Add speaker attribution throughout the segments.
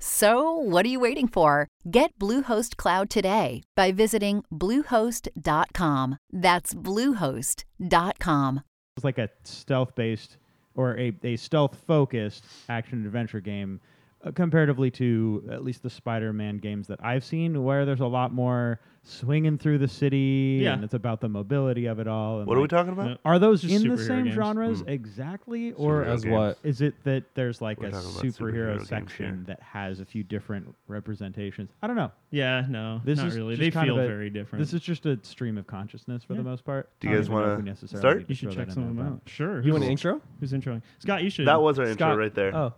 Speaker 1: So, what are you waiting for? Get Bluehost Cloud today by visiting Bluehost.com. That's Bluehost.com.
Speaker 2: It's like a stealth-based or a, a stealth-focused action-adventure game, uh, comparatively to at least the Spider-Man games that I've seen, where there's a lot more swinging through the city,
Speaker 3: Yeah.
Speaker 2: and it's about the mobility of it all. and
Speaker 4: What are we
Speaker 2: like-
Speaker 4: talking about?
Speaker 2: Are those
Speaker 3: Just
Speaker 2: in the
Speaker 3: superhero
Speaker 2: same
Speaker 3: games.
Speaker 2: genres
Speaker 4: Hmm.
Speaker 2: exactly, or
Speaker 4: Superhero
Speaker 2: is,
Speaker 4: As games.
Speaker 5: what?
Speaker 2: is it that there's like
Speaker 4: We're
Speaker 2: a
Speaker 4: talking about superhero
Speaker 2: superhero
Speaker 4: games
Speaker 2: section
Speaker 4: here.
Speaker 2: that has a few different representations? I don't know.
Speaker 3: Yeah, no,
Speaker 2: This
Speaker 3: not
Speaker 2: is
Speaker 3: really.
Speaker 2: just
Speaker 3: They
Speaker 2: kind
Speaker 3: feel
Speaker 2: of a-
Speaker 3: very different.
Speaker 2: This is just a stream of consciousness for the most part.
Speaker 4: Do you
Speaker 2: I don't
Speaker 4: guys
Speaker 2: even know if
Speaker 4: wanna
Speaker 2: we necessarily
Speaker 4: start?
Speaker 2: need to
Speaker 3: you should
Speaker 2: throw
Speaker 3: check
Speaker 2: that in
Speaker 3: some of
Speaker 2: there,
Speaker 3: them
Speaker 2: but-
Speaker 3: out. Sure.
Speaker 5: You want an
Speaker 3: who's-
Speaker 5: intro?
Speaker 3: Who's introing? Scott, you should.
Speaker 4: That was our intro
Speaker 2: Scott-
Speaker 4: right there.
Speaker 5: Oh,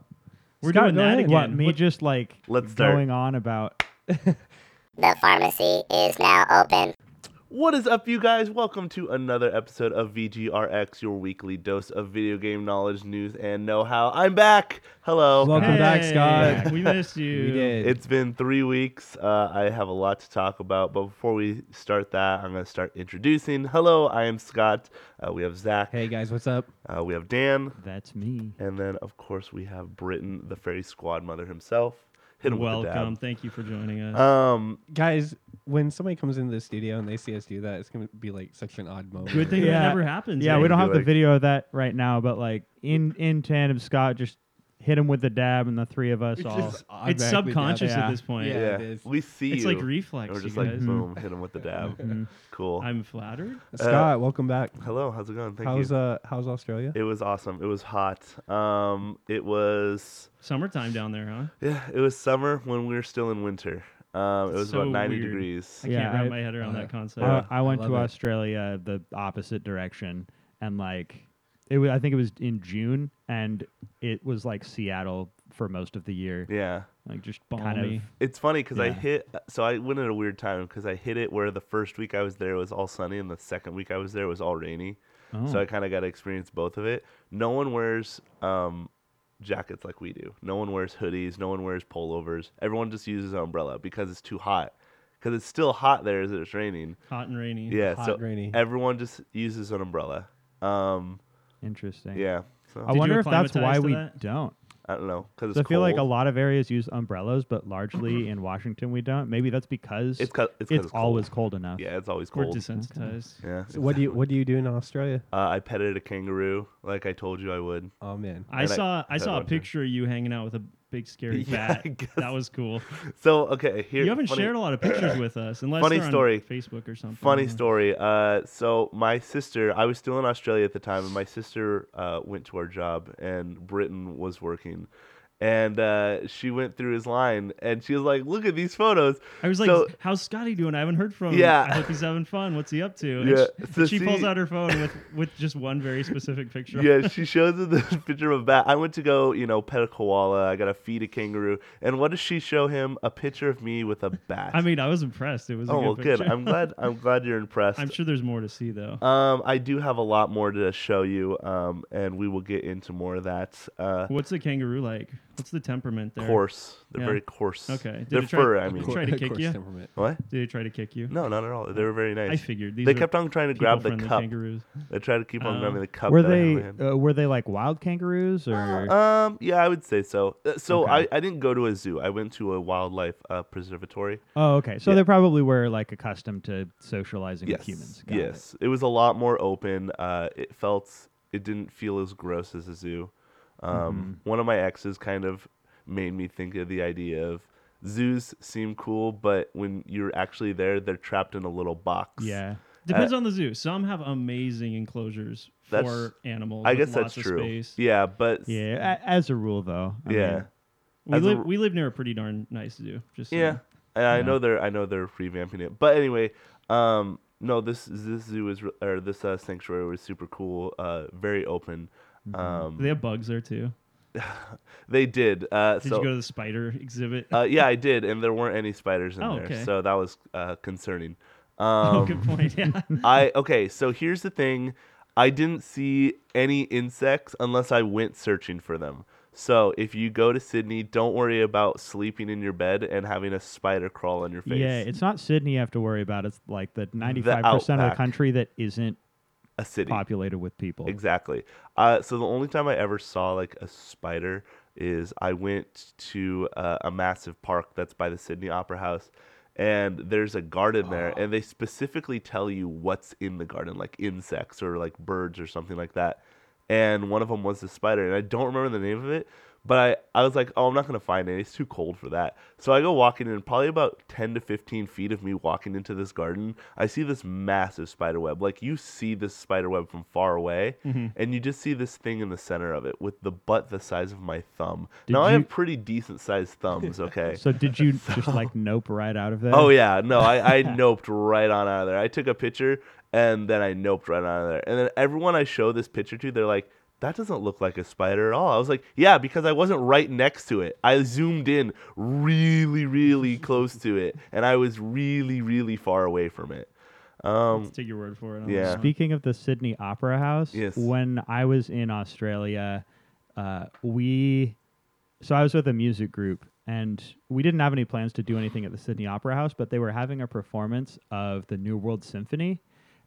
Speaker 3: We're
Speaker 2: Scott,
Speaker 3: doing
Speaker 2: go
Speaker 3: that
Speaker 2: ahead.
Speaker 3: again.
Speaker 2: What, me
Speaker 3: What-
Speaker 2: just like
Speaker 4: Let's start.
Speaker 2: going on about
Speaker 6: The pharmacy is now open.
Speaker 4: What is up, you guys? Welcome to another episode of VGRX, your weekly dose of video game knowledge, news, and know how. I'm back. Hello.
Speaker 5: Welcome back, Scott.
Speaker 3: Hey, We missed you.
Speaker 5: we did.
Speaker 4: It's been three weeks. Uh, I have a lot to talk about, but before we start that, I'm going to start introducing. Hello, I am Scott. Uh, we have Zach.
Speaker 5: hey guys, what's up?
Speaker 4: Uh, we have Dan.
Speaker 2: that's me.
Speaker 4: And then, of course, we have Britton, the fairy squad mother himself. Hit him with
Speaker 3: Welcome.
Speaker 4: the
Speaker 3: Thank you for joining us.
Speaker 4: dab. Um,
Speaker 5: Guys, when somebody comes into the studio and they see us do that, it's gonna be like such an odd moment.
Speaker 3: Good thing
Speaker 2: Yeah.
Speaker 3: that never happens.
Speaker 2: Yeah, we
Speaker 3: eh?
Speaker 2: don't
Speaker 4: be
Speaker 2: have the
Speaker 4: like-
Speaker 2: video of that right now, but like in in tandem, Scott just hit him with the dab, and the three of us
Speaker 3: It's,
Speaker 2: all.
Speaker 3: just-
Speaker 5: I'll
Speaker 3: it's
Speaker 5: back with
Speaker 3: subconscious
Speaker 2: that.
Speaker 3: at this point.
Speaker 5: Yeah.
Speaker 4: yeah,
Speaker 5: it is.
Speaker 4: we see
Speaker 3: It's
Speaker 4: you.
Speaker 3: like reflex.
Speaker 4: And we're just
Speaker 3: you
Speaker 4: like,
Speaker 3: guys. Mm-hmm.
Speaker 4: boom, hit him with the dab. cool.
Speaker 3: I'm flattered.
Speaker 5: Scott, welcome back.
Speaker 4: Hello, how's it going? Uh, Thank
Speaker 5: how's
Speaker 4: you.
Speaker 5: uh how's Australia?
Speaker 4: It was awesome. It was hot. Um, it was
Speaker 3: Summertime down there, huh?
Speaker 4: yeah, it was summer when we were still in winter. Um, it was
Speaker 3: So
Speaker 4: about 90
Speaker 3: weird.
Speaker 4: degrees.
Speaker 3: I
Speaker 2: Yeah,
Speaker 3: can't wrap
Speaker 2: I-
Speaker 3: my head around
Speaker 5: uh,
Speaker 3: that
Speaker 2: I-
Speaker 3: concept.
Speaker 2: I went
Speaker 5: I
Speaker 2: to
Speaker 5: love it.
Speaker 2: Australia the opposite direction, and like it was. I think it was in June, and it was like Seattle for most of the year.
Speaker 4: Yeah.
Speaker 2: Like just kind
Speaker 3: Balmy.
Speaker 2: of.
Speaker 4: It's funny because I
Speaker 2: Yeah.
Speaker 4: hit, so I went at a weird time because I hit it where the first week I was there was all sunny and the second week I was there was all rainy. So
Speaker 2: Oh.
Speaker 4: I kind of got to experience both of it. No one wears um, jackets like we do. No one wears hoodies. No one wears pullovers. Everyone just uses an umbrella because it's too hot. Because it's still hot there as it's raining.
Speaker 3: Hot and rainy.
Speaker 4: Yeah.
Speaker 5: Hot
Speaker 4: so
Speaker 5: and rainy.
Speaker 4: everyone just uses an umbrella. Um,
Speaker 2: Interesting.
Speaker 4: yeah. So
Speaker 2: I
Speaker 3: you
Speaker 2: wonder if that's
Speaker 3: acclimatize
Speaker 2: why
Speaker 3: to
Speaker 2: we
Speaker 3: that?
Speaker 2: don't.
Speaker 4: I don't know because
Speaker 2: 'Cause I feel like a lot of areas use umbrellas, but largely in Washington we don't. Maybe that's because
Speaker 4: It's 'cause- it's 'cause it's cold.
Speaker 2: always cold enough.
Speaker 4: Yeah, it's always
Speaker 3: We're
Speaker 4: cold.
Speaker 3: desensitized.
Speaker 4: yeah.
Speaker 5: So what do you
Speaker 4: exactly.
Speaker 5: what do you do in Australia?
Speaker 4: Uh, I petted a kangaroo like I told you I would.
Speaker 5: Oh man.
Speaker 3: I
Speaker 4: And I-
Speaker 3: saw I
Speaker 4: I
Speaker 3: saw a
Speaker 4: love you.
Speaker 3: picture of you hanging out with a big scary
Speaker 4: Yeah,
Speaker 3: bat.
Speaker 4: I guess.
Speaker 3: That was cool.
Speaker 4: So okay, here.
Speaker 3: You haven't
Speaker 4: funny-
Speaker 3: shared a lot of pictures with us, unless
Speaker 4: Funny
Speaker 3: they're on
Speaker 4: story.
Speaker 3: Facebook or something.
Speaker 4: Funny
Speaker 3: Yeah.
Speaker 4: story. Uh, so my sister, I was still in Australia at the time, and my sister uh, went to our job, and Britain was working, and uh, she went through his line, and she was like, "Look at these photos."
Speaker 3: I was like,
Speaker 4: So-
Speaker 3: "How's Scotty doing? I haven't heard from him.
Speaker 4: Yeah.
Speaker 3: I hope he's having fun. What's he up to?" And
Speaker 4: Yeah,
Speaker 3: she,
Speaker 4: so
Speaker 3: she pulls
Speaker 4: see-
Speaker 3: out her phone with with just one very specific picture.
Speaker 4: Yeah, she shows him this picture of a bat. I went to go, you know, pet a koala. I got to feed a kangaroo. And what does she show him? A picture of me with a bat.
Speaker 3: I mean, I was impressed. It was a
Speaker 4: oh,
Speaker 3: good
Speaker 4: well, good.
Speaker 3: picture.
Speaker 4: I'm glad. I'm glad you're impressed.
Speaker 3: I'm sure there's more to see though.
Speaker 4: um, I do have a lot more to show you, um, and we will get into more of that. Uh,
Speaker 3: What's the kangaroo like? What's the temperament there?
Speaker 4: coarse. They're
Speaker 3: Yeah.
Speaker 4: very coarse.
Speaker 3: Okay. Did
Speaker 4: Their
Speaker 3: it try-
Speaker 4: fur, I
Speaker 3: of
Speaker 4: mean.
Speaker 3: course. Try to kick
Speaker 5: Coarse
Speaker 3: you?
Speaker 5: temperament.
Speaker 4: What?
Speaker 3: Did they try to kick you?
Speaker 4: No, not at all. They were very nice.
Speaker 3: I figured these
Speaker 4: they
Speaker 3: are
Speaker 4: kept on trying to grab the
Speaker 3: people-friendly
Speaker 4: cup.
Speaker 3: kangaroos.
Speaker 4: They tried to keep on
Speaker 3: Oh.
Speaker 4: grabbing the cup.
Speaker 2: Were
Speaker 4: that I had in
Speaker 2: they
Speaker 4: my hand.
Speaker 2: uh, were they like wild kangaroos or?
Speaker 4: Um, yeah, I would say so. Uh, So
Speaker 2: Okay.
Speaker 4: I, I didn't go to a zoo. I went to a wildlife uh, preservatory.
Speaker 2: Oh, okay. So
Speaker 4: Yeah.
Speaker 2: they probably were like accustomed to socializing
Speaker 4: Yes.
Speaker 2: with humans. Got it.
Speaker 4: yes. It. was a lot more open. Uh, it felt it didn't feel as gross as a zoo. Um, one of my exes kind of made me think of the idea of zoos seem cool, but when you're actually there, they're trapped in a little box.
Speaker 2: Yeah.
Speaker 3: Depends on the zoo. Some have amazing enclosures
Speaker 4: Uh, That's-
Speaker 3: for animals.
Speaker 4: I
Speaker 3: with
Speaker 4: guess
Speaker 3: lots
Speaker 4: that's
Speaker 3: of
Speaker 4: true.
Speaker 3: Space.
Speaker 4: Yeah, but
Speaker 2: Yeah. a- As a rule, though. I
Speaker 4: yeah.
Speaker 2: mean,
Speaker 3: We
Speaker 4: As a-
Speaker 3: live we live near a pretty darn nice zoo. Just so you
Speaker 4: Yeah,
Speaker 3: know.
Speaker 4: and I know they're I know they're revamping it. But anyway, um, no, this this zoo is re- or this uh, sanctuary was super cool. Uh, very open. Um,
Speaker 3: They have bugs there too.
Speaker 4: they did. Uh,
Speaker 3: Did
Speaker 4: so
Speaker 3: you go to the spider exhibit?
Speaker 4: uh, yeah, I did, and there weren't any spiders in
Speaker 3: Oh,
Speaker 4: there,
Speaker 3: okay.
Speaker 4: so that was uh, concerning. Um,
Speaker 3: oh, good point. Yeah.
Speaker 4: I okay, so here's the thing. I didn't see any insects unless I went searching for them. So if you go to Sydney, don't worry about sleeping in your bed and having a spider crawl on your face.
Speaker 2: Yeah, it's not Sydney you have to worry about. It's like the 95% of the
Speaker 4: outback.
Speaker 2: country that isn't
Speaker 4: a city.
Speaker 2: populated with people.
Speaker 4: Exactly. Uh, so the only time I ever saw like a spider is I went to uh, a massive park that's by the Sydney Opera House, and there's a garden there, and they specifically tell you what's in the garden, like insects or like birds or something like that. And one of them was the spider, and I don't remember the name of it, but I, I was like, oh, I'm not gonna find it. It's too cold for that. So I go walking in, probably about 10 to 15 feet of me walking into this garden. I see this massive spider web. Like you see this spider web from far away,
Speaker 2: Mm-hmm.
Speaker 4: and you just see this thing in the center of it with the butt the size of my thumb.
Speaker 2: Did
Speaker 4: now I
Speaker 2: you-
Speaker 4: have pretty decent sized thumbs, okay?
Speaker 2: So did you just like nope right out of there?
Speaker 4: Oh yeah, no, I, I noped right on out of there. I took a picture and then I noped right on out of there. And then everyone I show this picture to, they're like, "That doesn't look like a spider at all." I was like, "Yeah, because I wasn't right next to it. I zoomed in really, really close to it, and I was really, really far away from it." Um,
Speaker 3: Let's take your word for it. on
Speaker 4: Yeah.
Speaker 3: this one.
Speaker 2: Speaking of the Sydney Opera House,
Speaker 4: Yes.
Speaker 2: when I was in Australia, uh, we so I was with a music group and we didn't have any plans to do anything at the Sydney Opera House, but they were having a performance of the New World Symphony.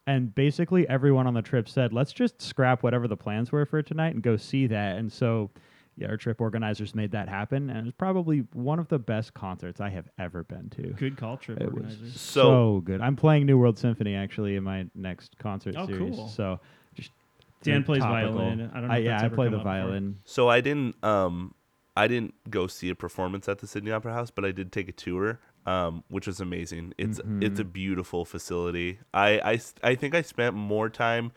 Speaker 2: And basically everyone on the trip said, let's just scrap whatever the plans were for tonight and go see that. And so yeah, our trip organizers made that happen. And it was probably one of the best concerts I have ever been to.
Speaker 3: Good call, trip
Speaker 2: It was
Speaker 3: organizers.
Speaker 2: so, good. I'm playing New World Symphony actually in my next concert
Speaker 3: Oh,
Speaker 2: series.
Speaker 3: cool.
Speaker 2: So just
Speaker 3: Dan
Speaker 2: very
Speaker 3: plays
Speaker 2: topical.
Speaker 3: violin. I don't know if
Speaker 2: yeah,
Speaker 3: that's
Speaker 2: I
Speaker 3: ever
Speaker 2: play
Speaker 3: come
Speaker 2: the
Speaker 3: up before.
Speaker 2: violin.
Speaker 4: so I didn't, um, I didn't go see a performance at the Sydney Opera House, but I did take a tour. Um, which was amazing. It's
Speaker 3: Mm-hmm.
Speaker 4: it's a beautiful facility. I, I s- I think I spent more time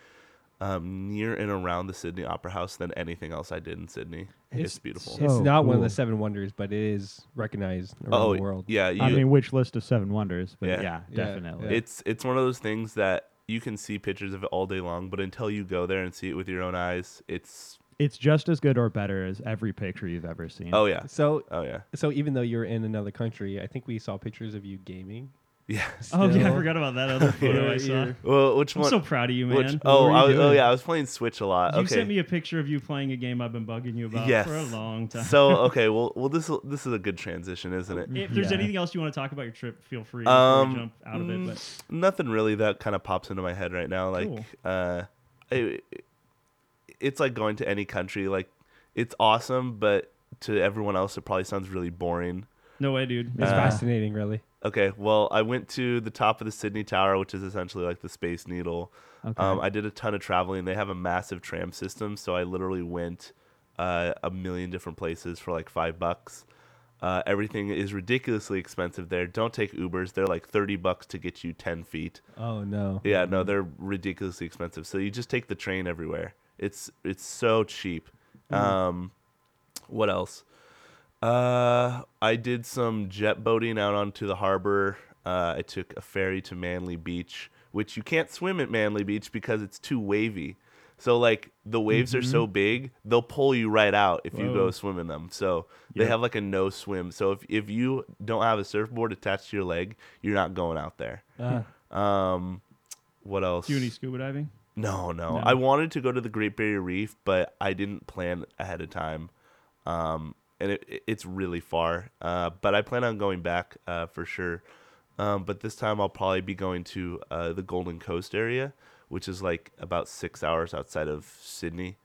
Speaker 4: um, near and around the Sydney Opera House than anything else I did in Sydney. It's, beautiful.
Speaker 5: It's
Speaker 2: So
Speaker 5: not one of
Speaker 2: cool.
Speaker 5: the seven wonders, but it is recognized around
Speaker 4: oh
Speaker 5: the world.
Speaker 4: yeah, you,
Speaker 2: I mean, which list of seven wonders? But yeah,
Speaker 4: Yeah.
Speaker 5: Yeah,
Speaker 2: definitely.
Speaker 5: yeah.
Speaker 4: it's it's one of those things that you can see pictures of it all day long, but until you go there and see it with your own eyes, it's
Speaker 2: It's just as good or better as every picture you've ever seen.
Speaker 4: oh yeah,
Speaker 5: So,
Speaker 4: oh yeah,
Speaker 5: so even though you're in another country, I think we saw pictures of you gaming.
Speaker 4: yeah.
Speaker 3: Oh yeah, I
Speaker 5: Still.
Speaker 3: forgot about that other photo I saw.
Speaker 4: Well, which
Speaker 3: I'm
Speaker 4: one?
Speaker 3: so proud of you, man.
Speaker 4: which,
Speaker 3: What
Speaker 4: oh,
Speaker 3: were you
Speaker 4: I was, oh
Speaker 3: doing?
Speaker 4: yeah, I was playing Switch a lot.
Speaker 3: You
Speaker 4: okay.
Speaker 3: sent me a picture of you playing a game I've been bugging you about
Speaker 4: yes.
Speaker 3: for a long time.
Speaker 4: so okay, well, well, this this is a good transition, isn't it?
Speaker 3: if there's
Speaker 2: Yeah.
Speaker 3: anything else you want to talk about your trip, feel free to
Speaker 4: Um,
Speaker 3: jump out of it.
Speaker 4: mm,
Speaker 3: But
Speaker 4: nothing really that kind of pops into my head right now. Like,
Speaker 3: Cool.
Speaker 4: uh, it, it's like going to any country. Like, it's awesome, but to everyone else, it probably sounds really boring.
Speaker 3: no way, dude.
Speaker 4: Uh,
Speaker 5: It's fascinating, really.
Speaker 4: Okay, well, I went to the top of the Sydney Tower, which is essentially like the Space Needle. Um, I did a ton of traveling. They have a massive tram system, so I literally went uh, a million different places for like five bucks. Uh, everything is ridiculously expensive there. Don't take Ubers; they're like thirty bucks to get you ten feet.
Speaker 5: Oh no.
Speaker 4: Yeah, no, they're ridiculously expensive. So you just take the train everywhere. It's it's so cheap. Um, what else? Uh, I did some jet boating out onto the harbor. Uh, I took a ferry to Manly Beach, which you can't swim at Manly Beach because it's too wavy. So like the waves are so big, they'll pull you right out if you go
Speaker 3: Mm-hmm. Whoa.
Speaker 4: swim in them. So they have like a no swim. So if if you don't have a surfboard attached to your leg, you're not going out there.
Speaker 5: Uh,
Speaker 4: Um, what else?
Speaker 3: Do Uh-huh. you any scuba diving?
Speaker 4: No, no, I wanted to go to the Great Barrier Reef, but I didn't plan ahead of time. Um, and it, it- it's really far. Uh, but I plan on going back uh, for sure. Um, but this time I'll probably be going to uh, the Golden Coast area, which is like about six hours outside of Sydney.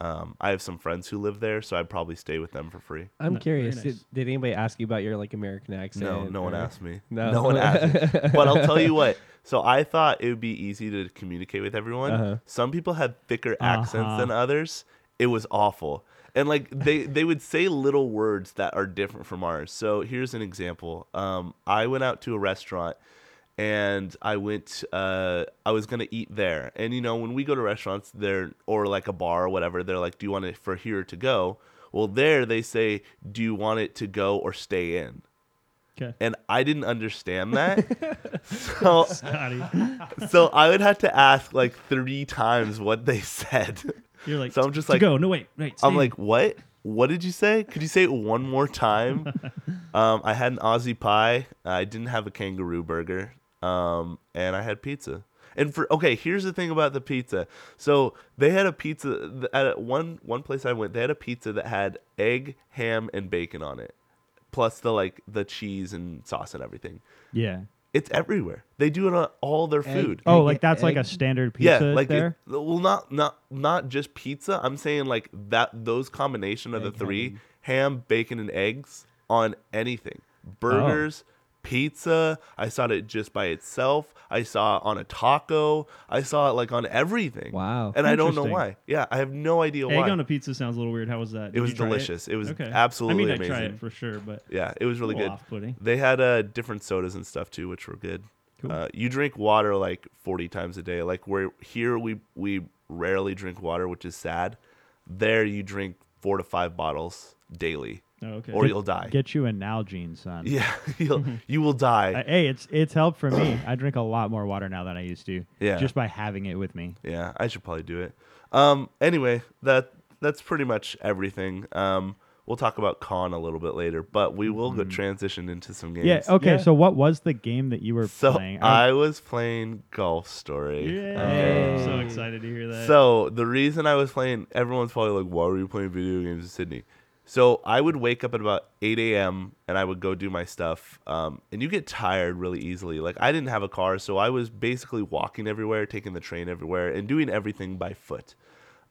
Speaker 4: Um, I have some friends who live there, so I'd probably stay with them for free.
Speaker 5: I'm
Speaker 3: No, very
Speaker 5: curious.
Speaker 3: nice.
Speaker 5: Did, did anybody ask you about your like American accent?
Speaker 4: No, no one
Speaker 5: or-
Speaker 4: asked me.
Speaker 5: No.
Speaker 4: No, one asked me. But I'll tell you what. So I thought it would be easy to communicate with everyone.
Speaker 5: Uh-huh.
Speaker 4: Some people had thicker accents than others. It was awful. And like they they would say little words that are different from ours. So here's an example. Um, I went out to a restaurant and I went. Uh, I was gonna eat there, and you know when we go to restaurants, there or like a bar or whatever, they're like, "Do you want it for here to go?" Well, there they say, do you want it to go or stay in?
Speaker 2: Okay.
Speaker 4: And I didn't understand that. so
Speaker 3: Scotty,
Speaker 4: so I would have to ask like three times what they said.
Speaker 3: you're like.
Speaker 4: So I'm just
Speaker 3: "To
Speaker 4: like-
Speaker 3: go. No wait, wait.
Speaker 4: I'm
Speaker 3: stay.
Speaker 4: like, what? What did you say? Could you say it one more time? um, I had an Aussie pie. I didn't have a kangaroo burger. Um, and I had pizza. And for okay, here's the thing about the pizza. So they had a pizza th- at a- one one place I went. They had a pizza that had egg, ham, and bacon on it, plus the like the cheese and sauce and everything.
Speaker 2: Yeah.
Speaker 4: It's everywhere. They do it on all their
Speaker 5: Egg-
Speaker 4: food.
Speaker 2: Oh,
Speaker 5: Egg-
Speaker 2: like that's like a
Speaker 5: egg?
Speaker 2: standard pizza
Speaker 4: yeah, like it-
Speaker 2: there.
Speaker 4: well, not not not just pizza. I'm saying like that those combination of
Speaker 5: Egg,
Speaker 4: the three ham, bacon, and eggs on anything. Burgers, pizza. I saw it just by itself. I saw it on a taco. I saw it like on everything.
Speaker 5: Wow.
Speaker 4: And I don't know
Speaker 2: Interesting.
Speaker 4: why. Yeah, I have no idea
Speaker 3: Egg
Speaker 4: why.
Speaker 3: on a pizza sounds a little weird. How was that? Did
Speaker 4: it
Speaker 3: you
Speaker 4: was
Speaker 3: try
Speaker 4: delicious. It, was
Speaker 3: Okay.
Speaker 4: absolutely
Speaker 3: I mean,
Speaker 4: amazing.
Speaker 3: I tried it for sure, but
Speaker 4: Yeah, it was really
Speaker 3: Little
Speaker 4: good.
Speaker 3: off-putting.
Speaker 4: They had uh, different sodas and stuff too, which were good.
Speaker 3: Cool.
Speaker 4: Uh, you drink water like 40 times a day. Like where here we we rarely drink water, which is sad. There you drink four to five bottles daily,
Speaker 3: oh, okay. Mm-hmm.
Speaker 4: or you'll die.
Speaker 2: Get you a Nalgene, son.
Speaker 4: yeah, you'll you will die.
Speaker 2: Uh, hey, it's it's helped for me. I drink a lot more water now than I used to.
Speaker 4: Yeah.
Speaker 2: Just by having it with me.
Speaker 4: yeah, I should probably do it. Um, anyway, that that's pretty much everything. Um, we'll talk about con a little bit later, but we will go transition into some games.
Speaker 2: Yeah. Okay.
Speaker 3: Mm-hmm. Yeah.
Speaker 2: So what was the game that you were
Speaker 4: So
Speaker 2: playing?
Speaker 4: I was playing Golf Story. Um,
Speaker 3: Yay. I'm so excited to hear that.
Speaker 4: So the reason I was playing, everyone's probably like, "Why were you playing video games in Sydney?" So I would wake up at about 8 a.m. and I would go do my stuff. Um, and you get tired really easily. Like I didn't have a car, so I was basically walking everywhere, taking the train everywhere, and doing everything by foot.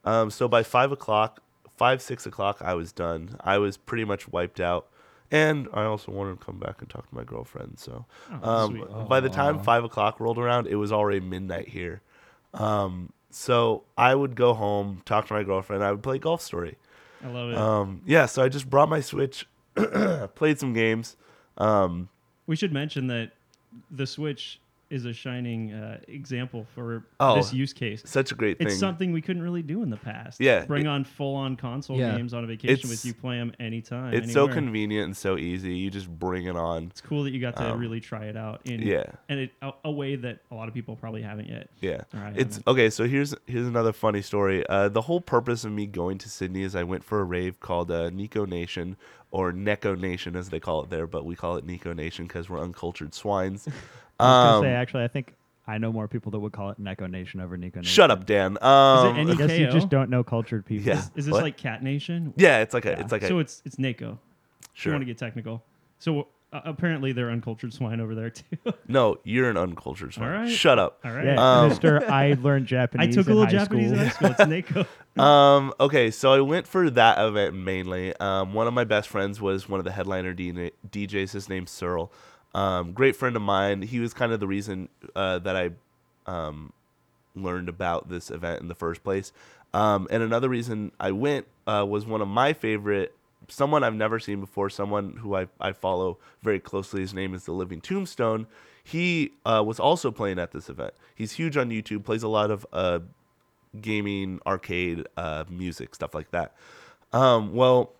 Speaker 4: Um, so by five o'clock, five six o'clock, I was done. I was pretty much wiped out, and I also wanted to come back and talk to my girlfriend. So
Speaker 3: Oh,
Speaker 4: um,
Speaker 3: sweet.
Speaker 4: by the time five o'clock rolled around, it was already midnight here. Um, so I would go home, talk to my girlfriend. I would play Golf Story.
Speaker 3: I love it.
Speaker 4: Um, yeah, so I just brought my Switch, played some games. Um,
Speaker 3: we should mention that the Switch is a shining uh, example for
Speaker 4: Oh,
Speaker 3: this use case.
Speaker 4: such a great thing.
Speaker 3: It's something we couldn't really do in the past.
Speaker 4: Yeah,
Speaker 3: Bring
Speaker 4: it-
Speaker 3: on full on console
Speaker 5: Yeah.
Speaker 3: games on a vacation
Speaker 4: It's-
Speaker 3: with you, play them anytime.
Speaker 4: it's so
Speaker 3: anywhere.
Speaker 4: convenient and so easy. You just bring it on.
Speaker 3: It's cool that you got to really try it out in
Speaker 4: Um, yeah.
Speaker 3: and it, a, a way that a lot of people probably haven't yet.
Speaker 4: Yeah.
Speaker 3: Or I
Speaker 4: It's
Speaker 3: haven't.
Speaker 4: okay, so here's here's another funny story. Uh, the whole purpose of me going to Sydney is I went for a rave called uh, Nico Nation or Neko Nation as they call it there, but we call it Nico Nation because we're uncultured swines.
Speaker 2: I was
Speaker 4: Um,
Speaker 2: gonna say actually, I think I know more people that would call it Neko Nation over Nico Nation.
Speaker 4: shut up, Dan. Um,
Speaker 2: I
Speaker 3: any-
Speaker 2: guess you
Speaker 3: KO?
Speaker 2: just don't know cultured people.
Speaker 4: yeah.
Speaker 3: Is this
Speaker 4: What?
Speaker 3: like Cat Nation?
Speaker 4: Yeah, it's like a it's like a
Speaker 3: so it's it's Naco. If you
Speaker 4: sure.
Speaker 3: want to get technical. So uh, apparently they're uncultured swine over there too.
Speaker 4: No, you're an uncultured swine.
Speaker 3: All right.
Speaker 4: Shut up.
Speaker 3: All right.
Speaker 2: Yeah,
Speaker 4: Um,
Speaker 2: Mister. I learned
Speaker 3: I
Speaker 2: Japanese.
Speaker 3: took a
Speaker 2: in
Speaker 3: little
Speaker 2: high
Speaker 3: Japanese
Speaker 2: school.
Speaker 3: in high school. It's Naco.
Speaker 4: Um, okay, so I went for that event mainly. Um, one of my best friends was one of the headliner D- DJs. His name's Searle. Um, great friend of mine. He was kind of the reason uh, that I um, learned about this event in the first place. Um, and another reason I went uh, was one of my favorite, someone I've never seen before, someone who I, I follow very closely. His name is The Living Tombstone. He uh, was also playing at this event. He's huge on YouTube, plays a lot of uh, gaming, arcade, uh, music, stuff like that. Um, well,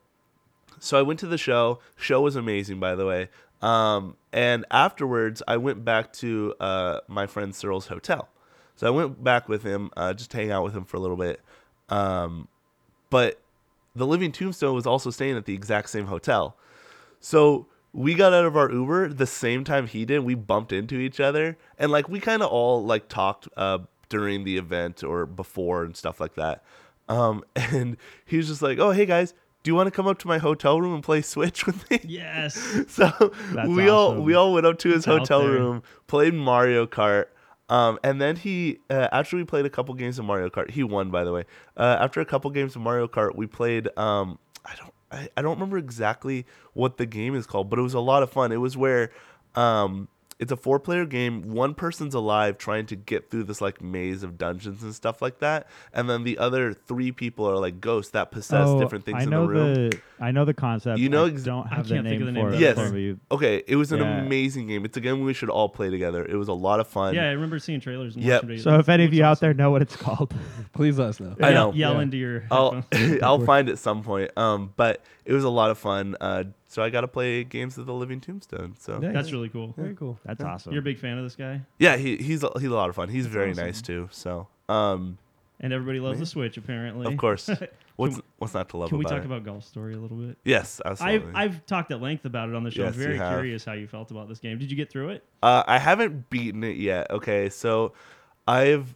Speaker 4: so I went to the show. Show was amazing, by the way. Um, and afterwards, I went back to uh, my friend Searle's hotel. So I went back with him, uh, just to hang out with him for a little bit. Um, but the Living Tombstone was also staying at the exact same hotel. So we got out of our Uber the same time he did. We bumped into each other, and like we kind of all like talked uh, during the event or before and stuff like that. Um, and he was just like, "Oh, hey guys, do you want to come up to my hotel room and play Switch with me?"
Speaker 3: yes.
Speaker 4: So
Speaker 2: That's
Speaker 4: we all
Speaker 2: awesome.
Speaker 4: we all went up to his
Speaker 3: out
Speaker 4: hotel
Speaker 3: there.
Speaker 4: room, played Mario Kart, um, and then he uh, after we played a couple games of Mario Kart, he won by the way. Uh, after a couple games of Mario Kart, we played. Um, I don't I, I don't remember exactly what the game is called, but it was a lot of fun. It was where um, it's a four player game. One person's alive trying to get through this like maze of dungeons and stuff like that, and then the other three people are like ghosts that possess
Speaker 2: oh,
Speaker 4: different things
Speaker 2: I
Speaker 4: in
Speaker 2: know
Speaker 4: the room.
Speaker 2: I know the concept.
Speaker 4: You know
Speaker 2: I
Speaker 4: ex-
Speaker 2: don't
Speaker 3: I
Speaker 2: have
Speaker 3: can't think
Speaker 2: name
Speaker 3: of the
Speaker 2: for
Speaker 3: name
Speaker 2: it.
Speaker 4: of it.
Speaker 2: but
Speaker 4: Yes.
Speaker 2: you-
Speaker 4: Okay, it was an
Speaker 2: Yeah.
Speaker 4: amazing game. It's a game we should all play together. It was a lot of fun.
Speaker 3: Yeah, I remember seeing trailers. And
Speaker 4: Yep.
Speaker 3: watching videos.
Speaker 2: So if any of
Speaker 3: Looks
Speaker 2: you out
Speaker 3: awesome.
Speaker 2: there know what it's called,
Speaker 5: Please let us know.
Speaker 4: I know.
Speaker 3: yell
Speaker 2: Yeah.
Speaker 3: into your.
Speaker 4: I'll
Speaker 3: headphones.
Speaker 4: I'll find at some point. Um, but it was a lot of fun. Uh, so I got to play games of the Living Tombstone. So yeah,
Speaker 5: Yeah.
Speaker 3: That's really cool.
Speaker 5: Very cool.
Speaker 2: that's awesome.
Speaker 3: You're a big fan of this guy,
Speaker 4: he he's a, he's a lot of fun. He's very nice too. So um,
Speaker 3: and everybody loves the Switch apparently.
Speaker 4: of course, what's what's not to love
Speaker 3: Can we
Speaker 4: about
Speaker 3: talk
Speaker 4: it?
Speaker 3: about Golf Story a little bit?
Speaker 4: Yes,
Speaker 3: I've
Speaker 4: absolutely.
Speaker 3: I've talked at length about it on the show.
Speaker 4: Yes,
Speaker 3: I'm
Speaker 4: you
Speaker 3: very
Speaker 4: have.
Speaker 3: curious how you felt about this game. Did you get through it?
Speaker 4: Uh, I haven't beaten it yet. Okay, so I've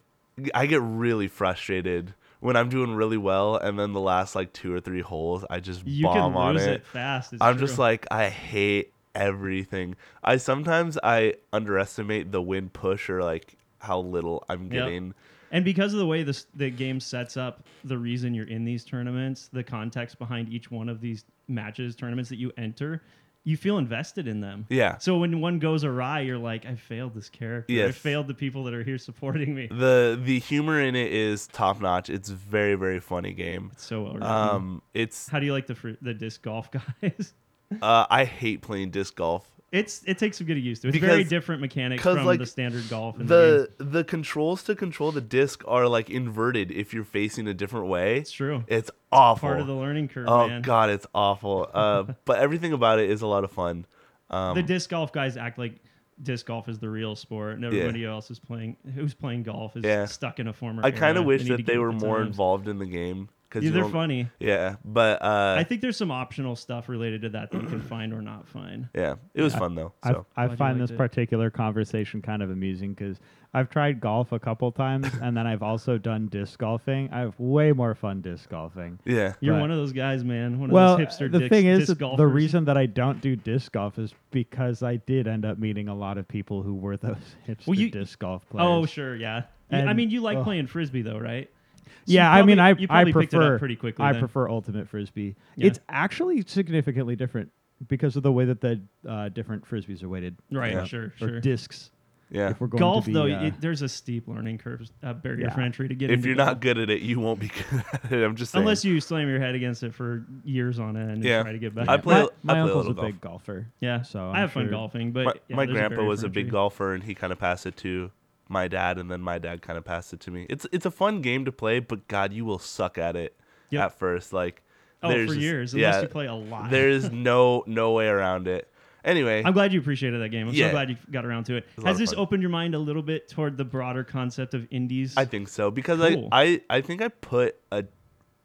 Speaker 4: I get really frustrated when I'm doing really well, and then the last like two or three holes, I just
Speaker 3: You
Speaker 4: bomb
Speaker 3: can
Speaker 4: on
Speaker 3: lose
Speaker 4: it.
Speaker 3: it, fast. It's
Speaker 4: I'm
Speaker 3: true.
Speaker 4: just like I hate everything. I sometimes I underestimate the wind push or like how little I'm
Speaker 3: Yep.
Speaker 4: getting.
Speaker 3: And because of the way this the game sets up the reason you're in these tournaments, the context behind each one of these matches, tournaments that you enter, you feel invested in them.
Speaker 4: Yeah.
Speaker 3: So when one goes awry, you're like, I failed this character. I
Speaker 4: Yes.
Speaker 3: failed the people that are here supporting me.
Speaker 4: The the humor in it is top notch. It's very very funny game.
Speaker 3: It's so well written.
Speaker 4: Um, it's
Speaker 3: How do you like the fr- the disc golf guys?
Speaker 4: uh, I hate playing disc golf.
Speaker 3: It's it takes some getting used to. It's
Speaker 4: Because-
Speaker 3: very different mechanics
Speaker 4: 'cause,
Speaker 3: from
Speaker 4: like,
Speaker 3: the standard golf. And the,
Speaker 4: The
Speaker 3: game.
Speaker 4: the controls to control the disc are like inverted if you're facing a different way.
Speaker 3: it's true.
Speaker 4: It's awful.
Speaker 3: Part of the learning curve,
Speaker 4: oh
Speaker 3: man.
Speaker 4: god, it's awful. Uh, but everything about it is a lot of fun. Um,
Speaker 3: the disc golf guys act like disc golf is the real sport, and everybody else is playing. Who's playing golf is
Speaker 4: Yeah.
Speaker 3: stuck in a former.
Speaker 4: I kind
Speaker 3: era.
Speaker 4: of
Speaker 3: uh,
Speaker 4: wish
Speaker 3: need to
Speaker 4: that
Speaker 3: get
Speaker 4: they
Speaker 3: with
Speaker 4: were
Speaker 3: the
Speaker 4: more
Speaker 3: times.
Speaker 4: involved in the game because
Speaker 3: Yeah, they're funny.
Speaker 4: Yeah, but uh,
Speaker 3: I think there's some optional stuff related to that that you can find or not find.
Speaker 4: yeah, it was fun though. So
Speaker 2: I, I
Speaker 3: Glad you
Speaker 2: find
Speaker 3: liked
Speaker 2: this
Speaker 3: it.
Speaker 2: particular conversation kind of amusing because I've tried golf a couple times and then I've also done disc golfing. I have way more fun disc golfing.
Speaker 4: yeah,
Speaker 3: You're
Speaker 2: Right.
Speaker 3: one of those guys, man. One
Speaker 2: Well,
Speaker 3: of those hipster
Speaker 2: the
Speaker 3: dicks,
Speaker 2: thing is,
Speaker 3: disc
Speaker 2: that the
Speaker 3: golfers.
Speaker 2: reason that I don't do disc golf is because I did end up meeting a lot of people who were those hipster
Speaker 3: Well, you-
Speaker 2: disc golf players.
Speaker 3: Oh, sure, yeah. You- I
Speaker 2: And-
Speaker 3: mean, you like
Speaker 2: ugh.
Speaker 3: playing frisbee though, right? So you
Speaker 2: Yeah, I mean, I
Speaker 3: probably- you probably
Speaker 2: I
Speaker 3: picked it
Speaker 2: prefer
Speaker 3: up pretty quickly.
Speaker 2: I
Speaker 3: then.
Speaker 2: prefer ultimate frisbee.
Speaker 3: Yeah.
Speaker 2: It's actually significantly different because of the way that the uh, different frisbees are weighted.
Speaker 3: Right,
Speaker 4: Yeah.
Speaker 3: sure,
Speaker 2: or
Speaker 3: sure.
Speaker 2: discs.
Speaker 4: yeah.
Speaker 2: If we're going
Speaker 3: golf
Speaker 2: to be,
Speaker 3: though,
Speaker 2: uh,
Speaker 3: it, there's a steep learning curve, uh, barrier
Speaker 2: Yeah.
Speaker 3: for entry to get.
Speaker 4: If
Speaker 3: into
Speaker 4: you're
Speaker 3: golf.
Speaker 4: not good at it, you won't be good at it. I'm just saying.
Speaker 3: unless you slam your head against it for years on end and
Speaker 4: Yeah.
Speaker 3: try to get better.
Speaker 4: I play-
Speaker 2: my, my
Speaker 4: I play a
Speaker 2: uncle's a,
Speaker 4: little
Speaker 2: big golfer.
Speaker 3: Yeah,
Speaker 2: So
Speaker 3: so
Speaker 2: I'm
Speaker 3: i have fun
Speaker 2: sure-
Speaker 3: golfing, but
Speaker 4: my,
Speaker 3: yeah,
Speaker 4: my
Speaker 3: there's
Speaker 4: grandpa
Speaker 3: barrier
Speaker 4: was
Speaker 3: for
Speaker 4: a big
Speaker 3: entry.
Speaker 4: golfer, and he kind of passed it to my dad, and then my dad kind of passed it to me. It's it's a fun game to play, but God, you will suck at it
Speaker 3: Yep.
Speaker 4: at first. Like
Speaker 3: Oh,
Speaker 4: there's
Speaker 3: for
Speaker 4: just-
Speaker 3: years,
Speaker 4: yeah,
Speaker 3: unless you play a lot.
Speaker 4: there is no no way around it. Anyway,
Speaker 3: I'm glad you appreciated that game. I'm so
Speaker 4: Yeah.
Speaker 3: glad you got around to it.
Speaker 4: was a lot
Speaker 3: Has
Speaker 4: of
Speaker 3: this
Speaker 4: fun.
Speaker 3: opened your mind a little bit toward the broader concept of indies?
Speaker 4: I think so because
Speaker 3: Cool.
Speaker 4: I, I I think I put a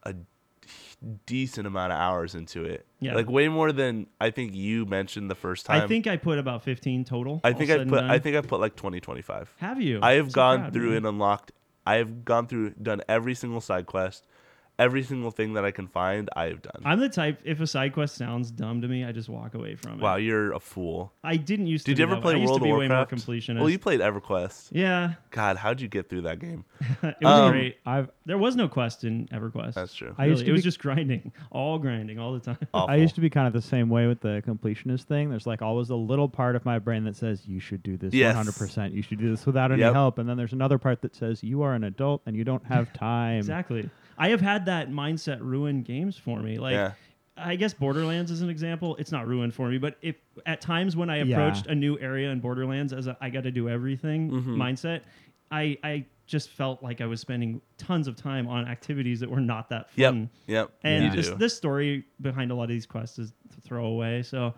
Speaker 4: a decent amount of hours into it.
Speaker 3: Yeah.
Speaker 4: Like way more than I think you mentioned the first time.
Speaker 3: I think I put about 15 total.
Speaker 4: I
Speaker 3: all
Speaker 4: think
Speaker 3: said
Speaker 4: I
Speaker 3: and
Speaker 4: put I
Speaker 3: done.
Speaker 4: think I put like 20 25.
Speaker 3: Have you?
Speaker 4: I have
Speaker 3: So
Speaker 4: gone
Speaker 3: proud,
Speaker 4: through
Speaker 3: man.
Speaker 4: and unlocked I have gone through done every single side quest, every single thing that I can find, I have done.
Speaker 3: I'm the type. If a side quest sounds dumb to me, I just walk away from it.
Speaker 4: wow, you're a fool.
Speaker 3: I didn't used to.
Speaker 4: Did
Speaker 3: be
Speaker 4: you ever
Speaker 3: that way.
Speaker 4: play
Speaker 3: I used
Speaker 4: World
Speaker 3: to be
Speaker 4: of
Speaker 3: way more
Speaker 4: Warcraft?
Speaker 3: completionist.
Speaker 4: well, you played EverQuest.
Speaker 3: yeah,
Speaker 4: God, how'd you get through that game?
Speaker 3: it was
Speaker 4: Um,
Speaker 3: great.
Speaker 2: I've
Speaker 3: There was no quest in EverQuest.
Speaker 4: That's true.
Speaker 2: I
Speaker 3: Really,
Speaker 2: used to
Speaker 3: it was
Speaker 2: be-
Speaker 3: just grinding, all grinding, all the time.
Speaker 4: Awful.
Speaker 2: I used to be kind of the same way with the completionist thing. There's like always a little part of my brain that says you should do this
Speaker 4: Yes.
Speaker 2: 100%. You should do this without any
Speaker 4: Yep.
Speaker 2: help, and then there's another part that says you are an adult and you don't have time.
Speaker 3: Exactly. I have had that mindset ruin games for me. Like,
Speaker 4: Yeah.
Speaker 3: I guess Borderlands is an example. It's not ruined for me, but if at times when I
Speaker 2: Yeah.
Speaker 3: approached a new area in Borderlands as a I got to do everything
Speaker 4: Mm-hmm.
Speaker 3: mindset, I I just felt like I was spending tons of time on activities that were not that
Speaker 4: Yep.
Speaker 3: fun.
Speaker 4: Yep.
Speaker 3: And
Speaker 4: you
Speaker 3: this,
Speaker 4: do.
Speaker 3: this story behind a lot of these quests is to throw away. So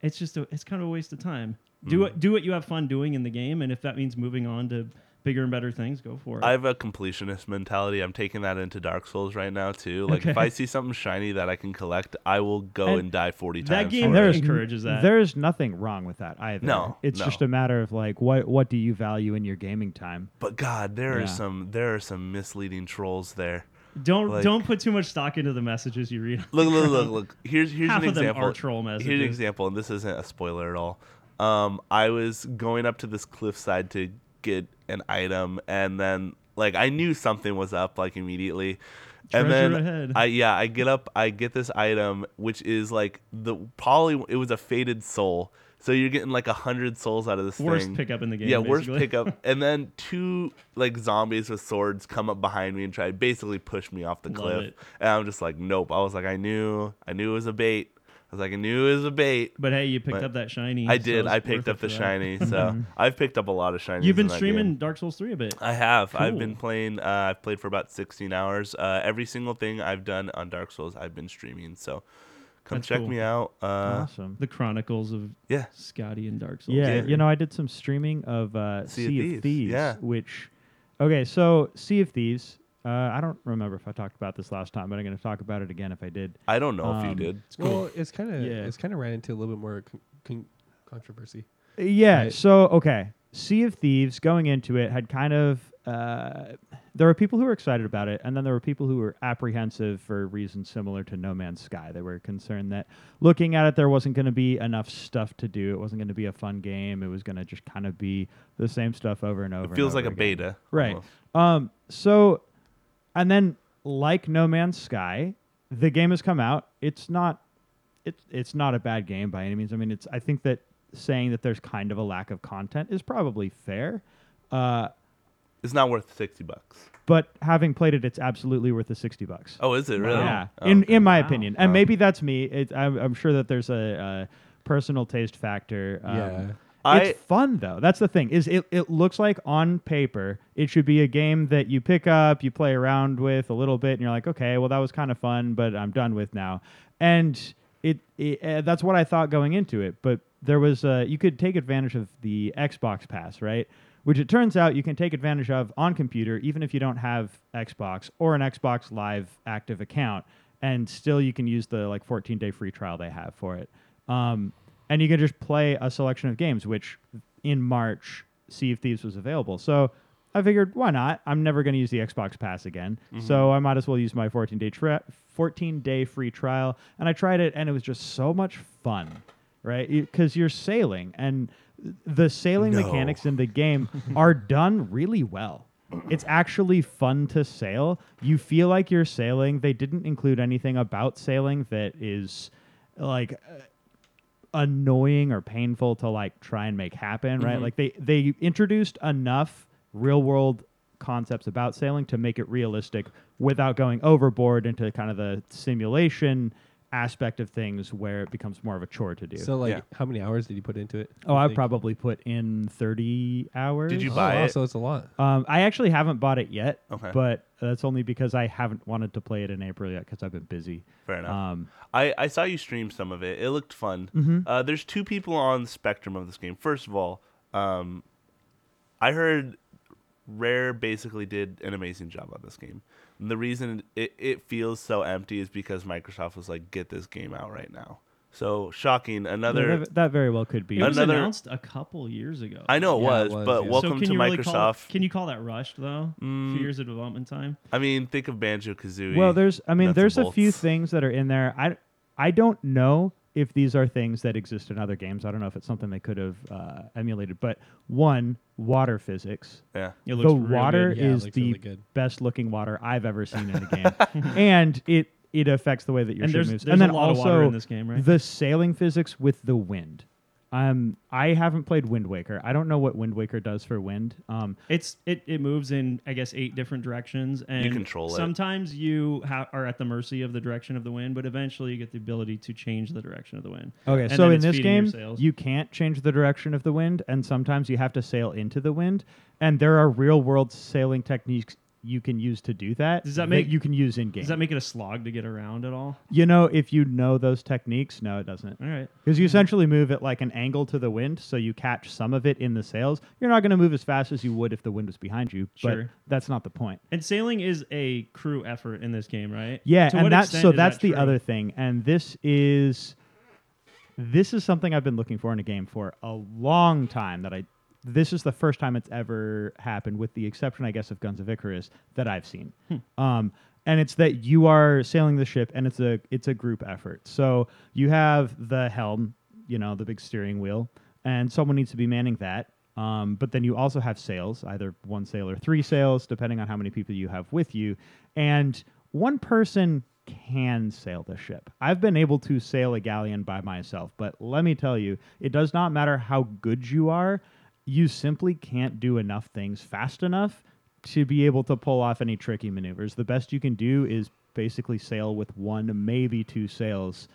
Speaker 3: it's just a, it's kind of a waste of time. Do
Speaker 4: Hmm.
Speaker 3: what do what you have fun doing in the game, and if that means moving on to bigger and better things, go for it.
Speaker 4: I have a completionist mentality. I'm taking that into Dark Souls right now too. Like if
Speaker 3: Okay.
Speaker 4: I see something shiny that I can collect, I will go
Speaker 2: And
Speaker 4: and, die 40
Speaker 3: that
Speaker 4: times.
Speaker 3: game
Speaker 4: for
Speaker 3: there
Speaker 4: it.
Speaker 2: There's n-
Speaker 3: encourages that.
Speaker 2: There's nothing wrong with that either.
Speaker 4: No,
Speaker 2: It's
Speaker 4: no.
Speaker 2: just a matter of like what what do you value in your gaming time?
Speaker 4: But God, there
Speaker 2: Yeah.
Speaker 4: are some there are some misleading trolls there.
Speaker 3: Don't
Speaker 4: Like-
Speaker 3: don't put too much stock into the messages you read.
Speaker 4: Look, look, look, look. Here's here's
Speaker 3: Half
Speaker 4: an
Speaker 3: of them
Speaker 4: example.
Speaker 3: are troll
Speaker 4: Here's an
Speaker 3: messages.
Speaker 4: example, and this isn't a spoiler at all. Um, I was going up to this cliffside to get an item, and then like I knew something was up like immediately, and then
Speaker 3: Treasure ahead.
Speaker 4: I yeah, I get up, I get this item, which is like the probably it was a faded soul. So you're getting like a hundred souls out of this
Speaker 3: Worst
Speaker 4: thing.
Speaker 3: pickup in the game,
Speaker 4: Yeah, worst
Speaker 3: basically.
Speaker 4: pickup. and then two like zombies with swords come up behind me and try to basically push me off the
Speaker 3: Love
Speaker 4: cliff.
Speaker 3: it.
Speaker 4: And I'm just like, nope. I was like, I knew, I knew it was a bait. I was like, I knew it was a bait.
Speaker 3: But hey, you picked
Speaker 4: But
Speaker 3: up that shiny.
Speaker 4: I
Speaker 3: so
Speaker 4: did.
Speaker 3: it's
Speaker 4: I
Speaker 3: worth
Speaker 4: picked
Speaker 3: it
Speaker 4: up the
Speaker 3: for that.
Speaker 4: shiny. So I've picked up a lot of shinies.
Speaker 3: You've
Speaker 4: in
Speaker 3: been
Speaker 4: that
Speaker 3: streaming
Speaker 4: game.
Speaker 3: Dark Souls 3 a bit.
Speaker 4: I have. I've been
Speaker 3: Cool.
Speaker 4: playing. Uh, I've played for about 16 hours. Uh, every single thing I've done on Dark Souls, I've been streaming. So come
Speaker 3: That's
Speaker 4: check
Speaker 3: cool.
Speaker 4: me out. Uh,
Speaker 2: awesome.
Speaker 3: The Chronicles of
Speaker 4: Yeah.
Speaker 3: Scotty and Dark Souls.
Speaker 2: Yeah,
Speaker 4: Yeah.
Speaker 2: you know, I did some streaming of uh,
Speaker 4: Sea
Speaker 2: Sea,
Speaker 4: of
Speaker 2: of
Speaker 4: Thieves,
Speaker 2: Thieves,
Speaker 4: yeah.
Speaker 2: which, okay, so Sea of Thieves. Uh, I don't remember if I talked about this last time, but I'm going to talk about it again if I did.
Speaker 4: I don't know if you
Speaker 2: Um,
Speaker 4: did.
Speaker 5: Well, it's kind of
Speaker 2: Yeah.
Speaker 5: it's kind of ran into a little bit more con- con- controversy.
Speaker 2: Yeah.
Speaker 5: Right.
Speaker 2: So okay, Sea of Thieves going into it had kind of uh, there were people who were excited about it, and then there were people who were apprehensive for reasons similar to No Man's Sky. They were concerned that looking at it, there wasn't going to be enough stuff to do. It wasn't going to be a fun game. It was going to just kind of be the same stuff over and over.
Speaker 4: It
Speaker 2: and
Speaker 4: feels
Speaker 2: over
Speaker 4: like a
Speaker 2: again.
Speaker 4: beta.
Speaker 2: Right.
Speaker 4: almost.
Speaker 2: Um. So, and then like No Man's Sky, the game has come out. It's not. It's it's not a bad game by any means. I mean, it's. I think that saying that there's kind of a lack of content is probably fair. Uh,
Speaker 4: It's not worth 60 bucks.
Speaker 2: but having played it, it's absolutely worth the sixty bucks.
Speaker 4: Oh, is it really?
Speaker 2: Yeah,
Speaker 4: Oh,
Speaker 2: in
Speaker 4: okay.
Speaker 2: in my opinion, and maybe that's me. It, I'm, I'm sure that there's a, uh personal taste factor. Um,
Speaker 5: Yeah.
Speaker 4: I-
Speaker 2: it's fun though. That's the thing. Is it? It looks like on paper it should be a game that you pick up, you play around with a little bit, and you're like, okay, well that was kind of fun, but I'm done with now. And it, it uh, that's what I thought going into it. But there was uh, you could take advantage of the Xbox Pass, right? Which it turns out you can take advantage of on computer, even if you don't have Xbox or an Xbox Live active account, and still you can use the like 14 day free trial they have for it. Um, and you can just play a selection of games, which in March, Sea of Thieves was available. So I figured, why not? I'm never going to use the Xbox Pass again, so I might as well use my 14 day tri 14 day free trial. And I tried it, and it was just so much fun, right? Because you're sailing, and the sailing
Speaker 4: No.
Speaker 2: mechanics in the game are done really well. It's actually fun to sail. You feel like you're sailing. They didn't include anything about sailing that is like annoying or painful to like try and make happen, right?
Speaker 4: Mm-hmm.
Speaker 2: Like they they introduced enough real world concepts about sailing to make it realistic without going overboard into kind of the simulation aspect of things where it becomes more of a chore to do.
Speaker 5: So like,
Speaker 4: Yeah.
Speaker 5: how many hours did you put into it?
Speaker 2: oh,
Speaker 5: you
Speaker 2: I
Speaker 5: think?
Speaker 2: probably put in 30 hours.
Speaker 4: Did you
Speaker 5: Oh,
Speaker 4: buy
Speaker 5: wow,
Speaker 4: it?
Speaker 5: So it's a lot.
Speaker 2: Um, I actually haven't bought it yet,
Speaker 4: Okay.
Speaker 2: but that's only because I haven't wanted to play it in April yet because I've been busy.
Speaker 4: Fair enough.
Speaker 2: Um, Mm-hmm.
Speaker 4: I, I saw you stream some of it. It looked fun. Uh, there's two people on the spectrum of this game. First of all, um, I heard Rare basically did an amazing job on this game. And the reason it, it feels so empty is because Microsoft was like, get this game out right now. So shocking. Another.
Speaker 2: yeah, that, that very well could be.
Speaker 3: It was
Speaker 4: Another-
Speaker 3: announced a couple years ago.
Speaker 4: I know it,
Speaker 5: Yeah, it
Speaker 4: was,
Speaker 5: was,
Speaker 4: but
Speaker 5: yeah. So
Speaker 4: welcome
Speaker 3: so
Speaker 4: to
Speaker 3: can you really
Speaker 4: Microsoft. Mm.
Speaker 3: call- can you call that rushed though? Two years of development time.
Speaker 4: I mean, think of Banjo Kazooie.
Speaker 2: Well, there's I mean there's a few things that are in there. I I don't know if these are things that exist in other games. I don't know if it's something they could have uh, emulated. But one, water physics.
Speaker 4: Yeah.
Speaker 3: It looks
Speaker 2: The
Speaker 3: really
Speaker 2: water
Speaker 3: good.
Speaker 5: Yeah, it
Speaker 2: is
Speaker 5: looks
Speaker 2: the
Speaker 5: really good.
Speaker 2: best looking water I've ever seen in a game, and it it affects the way that your
Speaker 3: And
Speaker 2: ship
Speaker 3: there's-
Speaker 2: moves.
Speaker 3: there's
Speaker 2: and then
Speaker 3: a lot of
Speaker 2: also
Speaker 3: water in this game, right?
Speaker 2: the sailing physics with the wind. Um, I haven't played Wind Waker. I don't know what Wind Waker does for wind. Um,
Speaker 3: It's it, it moves in I guess eight different directions and
Speaker 4: control it.
Speaker 3: Sometimes you ha- are at the mercy of the direction of the wind, but eventually you get the ability to change the direction of the wind.
Speaker 2: Okay,
Speaker 3: And
Speaker 2: so
Speaker 3: then
Speaker 2: in
Speaker 3: it's
Speaker 2: this
Speaker 3: feeding your
Speaker 2: game,
Speaker 3: sails.
Speaker 2: you can't change the direction of the wind, and sometimes you have to sail into the wind. And there are real world sailing techniques you can use to do that.
Speaker 3: Does that make-
Speaker 2: you can use in game?
Speaker 3: does that make it a slog to get around at all?
Speaker 2: you know if you know those techniques? No, it doesn't.
Speaker 3: All right.
Speaker 2: Because you essentially move at like an angle to the wind, so you catch some of it in the sails. You're not going to move as fast as you would if the wind was behind you,
Speaker 3: Sure.
Speaker 2: but that's not the point.
Speaker 3: And sailing is a crew effort in this game, right?
Speaker 2: Yeah,
Speaker 3: To what
Speaker 2: and that's
Speaker 3: extent
Speaker 2: so
Speaker 3: is that
Speaker 2: that's the
Speaker 3: true?
Speaker 2: other thing. And this is this is something I've been looking for in a game for a long time that I this is the first time it's ever happened with the exception I guess of Guns of Icarus that I've seen.
Speaker 3: Hmm.
Speaker 2: Um and it's that you are sailing the ship and it's a it's a group effort. So you have the helm, you know, the big steering wheel, and someone needs to be manning that. Um, but then you also have sails, either one sail or three sails, depending on how many people you have with you. And one person can sail the ship. I've been able to sail a galleon by myself, but let me tell you, it does not matter how good you are, you simply can't do enough things fast enough to be able to pull off any tricky maneuvers. The best you can do is basically sail with one, maybe two sails,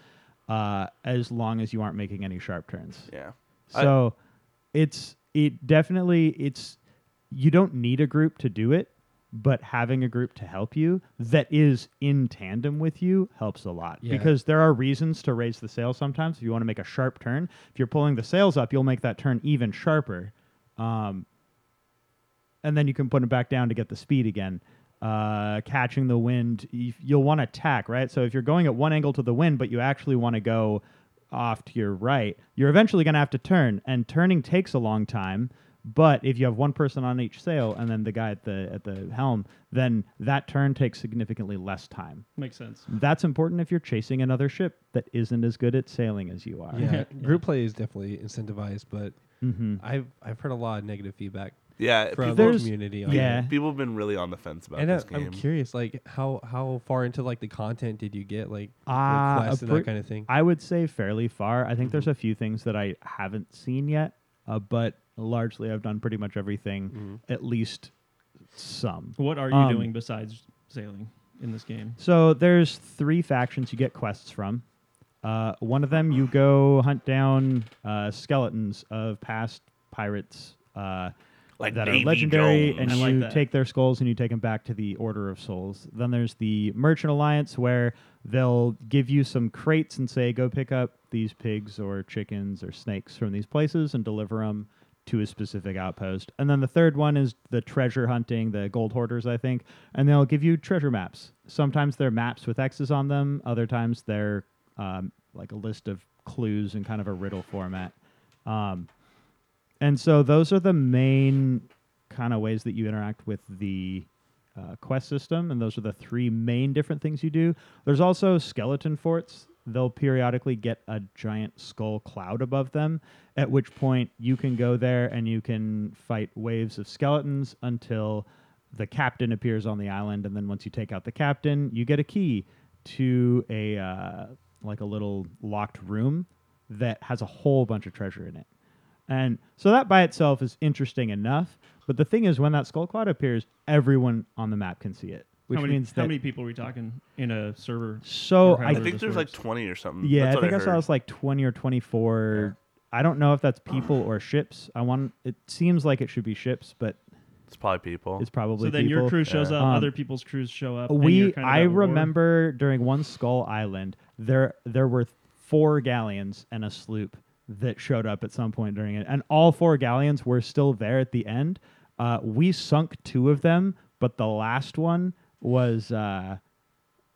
Speaker 2: uh, as long as you aren't making any sharp turns.
Speaker 4: Yeah. I-
Speaker 2: So it's it definitely it's you don't need a group to do it, but having a group to help you that is in tandem with you helps a lot
Speaker 5: Yeah.
Speaker 2: because there are reasons to raise the sail sometimes if you want to make a sharp turn. If you're pulling the sails up, you'll make that turn even sharper. Um and then you can put it back down to get the speed again. Uh, catching the wind, y- you'll want to tack, right? So if you're going at one angle to the wind, but you actually want to go off to your right, you're eventually going to have to turn, and turning takes a long time. But if you have one person on each sail and then the guy at the at the helm, then that turn takes significantly less time.
Speaker 3: Makes sense.
Speaker 2: That's important if you're chasing another ship that isn't as good at sailing as you are.
Speaker 5: Yeah,
Speaker 3: Yeah.
Speaker 5: group play is definitely incentivized, but
Speaker 2: hmm
Speaker 5: I've I've heard a lot of negative feedback
Speaker 4: Yeah.
Speaker 5: from
Speaker 4: people,
Speaker 5: the
Speaker 2: There's-
Speaker 5: community. On
Speaker 2: yeah.
Speaker 5: it.
Speaker 4: people have been really on the fence Uh, about
Speaker 5: and I,
Speaker 4: this game.
Speaker 5: I'm curious, like how how far into like the content did you get, like
Speaker 2: Ah, a
Speaker 5: requests and
Speaker 2: pre-
Speaker 5: that kind of thing?
Speaker 2: I would say fairly far. I think there's a few things that I haven't seen yet, uh, but largely I've done pretty much everything, at least some.
Speaker 3: What are you
Speaker 2: Um,
Speaker 3: doing besides sailing in this game?
Speaker 2: So there's three factions you get quests from. Uh, one of them, you go hunt down uh, skeletons of past pirates uh,
Speaker 4: Like
Speaker 2: that
Speaker 4: Davy
Speaker 2: are legendary,
Speaker 4: Jones.
Speaker 2: and
Speaker 3: I like
Speaker 2: you
Speaker 3: that.
Speaker 2: take their skulls and you take them back to the Order of Souls. Then there's the Merchant Alliance, where they'll give you some crates and say, go pick up these pigs or chickens or snakes from these places and deliver them to a specific outpost. And then the third one is the treasure hunting, the gold hoarders, I think, and they'll give you treasure maps. Sometimes they're maps with X's on them, other times they're um, like a list of clues in kind of a riddle format. Um, and so those are the main kind of ways that you interact with the uh, quest system, and those are the three main different things you do. There's also skeleton forts. They'll periodically get a giant skull cloud above them, at which point you can go there and you can fight waves of skeletons until the captain appears on the island. And then once you take out the captain, you get a key to a uh, like a little locked room that has a whole bunch of treasure in it. And so that by itself is interesting enough. But the thing is, when that skull cloud appears, everyone on the map can see it, which
Speaker 3: how many,
Speaker 2: means
Speaker 3: how
Speaker 2: that.
Speaker 3: many people are we talking in a server?
Speaker 2: so
Speaker 3: or how
Speaker 2: I,
Speaker 4: I
Speaker 3: many
Speaker 4: think
Speaker 3: this
Speaker 4: there's like
Speaker 3: works?
Speaker 4: 20 or something.
Speaker 2: yeah,
Speaker 4: That's
Speaker 2: I
Speaker 4: what
Speaker 2: think I,
Speaker 4: I
Speaker 2: saw it
Speaker 4: heard.
Speaker 2: was like twenty or twenty-four. I don't know if that's people or ships. I want. It seems like it should be ships, but
Speaker 4: It's probably people.
Speaker 2: it's probably
Speaker 3: So then your
Speaker 2: people.
Speaker 3: crew shows
Speaker 4: Yeah.
Speaker 3: up,
Speaker 2: Um,
Speaker 3: other people's crews show up. and you're
Speaker 2: we
Speaker 3: kind of
Speaker 2: I
Speaker 3: at war.
Speaker 2: remember during one Skull Island there there were four galleons and a sloop that showed up at some point during it, and all four galleons were still there at the end. Uh, we sunk two of them, but the last one was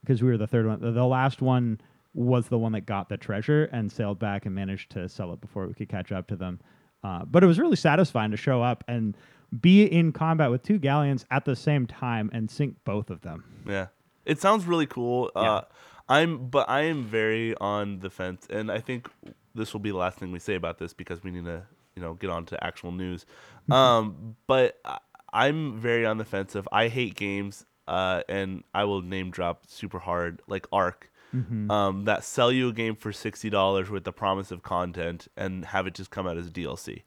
Speaker 2: because we were the third one. The, the last one was the one that got the treasure and sailed back and managed to sell it before we could catch up to them. Uh, but it was really satisfying to show up and be in combat with two galleons at the same time and sink both of them.
Speaker 4: Yeah, it sounds really cool. Uh, I'm, but I am very on the fence, and I think this will be the last thing we say about this because we need to, you know, get on to actual news.
Speaker 2: Mm-hmm.
Speaker 4: um, but I, I'm very on the fence of I hate games, uh, and I will name drop super hard like Arc.
Speaker 2: Mm-hmm.
Speaker 4: Um, that sell you a game for sixty dollars with the promise of content and have it just come out as DLC.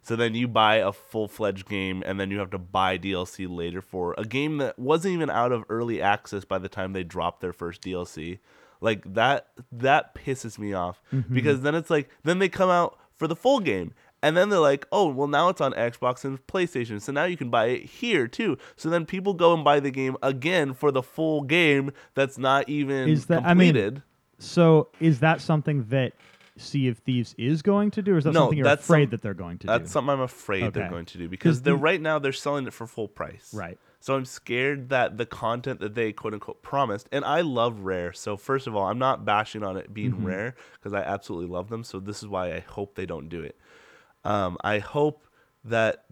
Speaker 4: So then you buy a full fledged game, and then you have to buy DLC later for a game that wasn't even out of early access by the time they dropped their first DLC. Like that, that pisses me off
Speaker 2: Mm-hmm.
Speaker 4: because then it's like then they come out for the full game. And then they're like, oh, well, now it's on Xbox and PlayStation. So now you can buy it here too. So then people go and buy the game again for the full game that's not even
Speaker 2: Is that- I mean,
Speaker 4: completed.
Speaker 2: So is that something that Sea of Thieves is going to do, or is that
Speaker 4: No,
Speaker 2: something you're
Speaker 4: that's
Speaker 2: afraid
Speaker 4: some-
Speaker 2: that they're going to
Speaker 4: That's
Speaker 2: do?
Speaker 4: something I'm afraid they're
Speaker 2: Okay.
Speaker 4: going to do
Speaker 2: 'Cause
Speaker 4: because they're
Speaker 2: the-
Speaker 4: right now they're selling it for full price.
Speaker 2: Right.
Speaker 4: So I'm scared that the content that they quote unquote promised, and I love Rare. So first of all, I'm not bashing on it
Speaker 2: Mm-hmm.
Speaker 4: being Rare because I absolutely love them. So this is why I hope they don't do it. Um, I hope that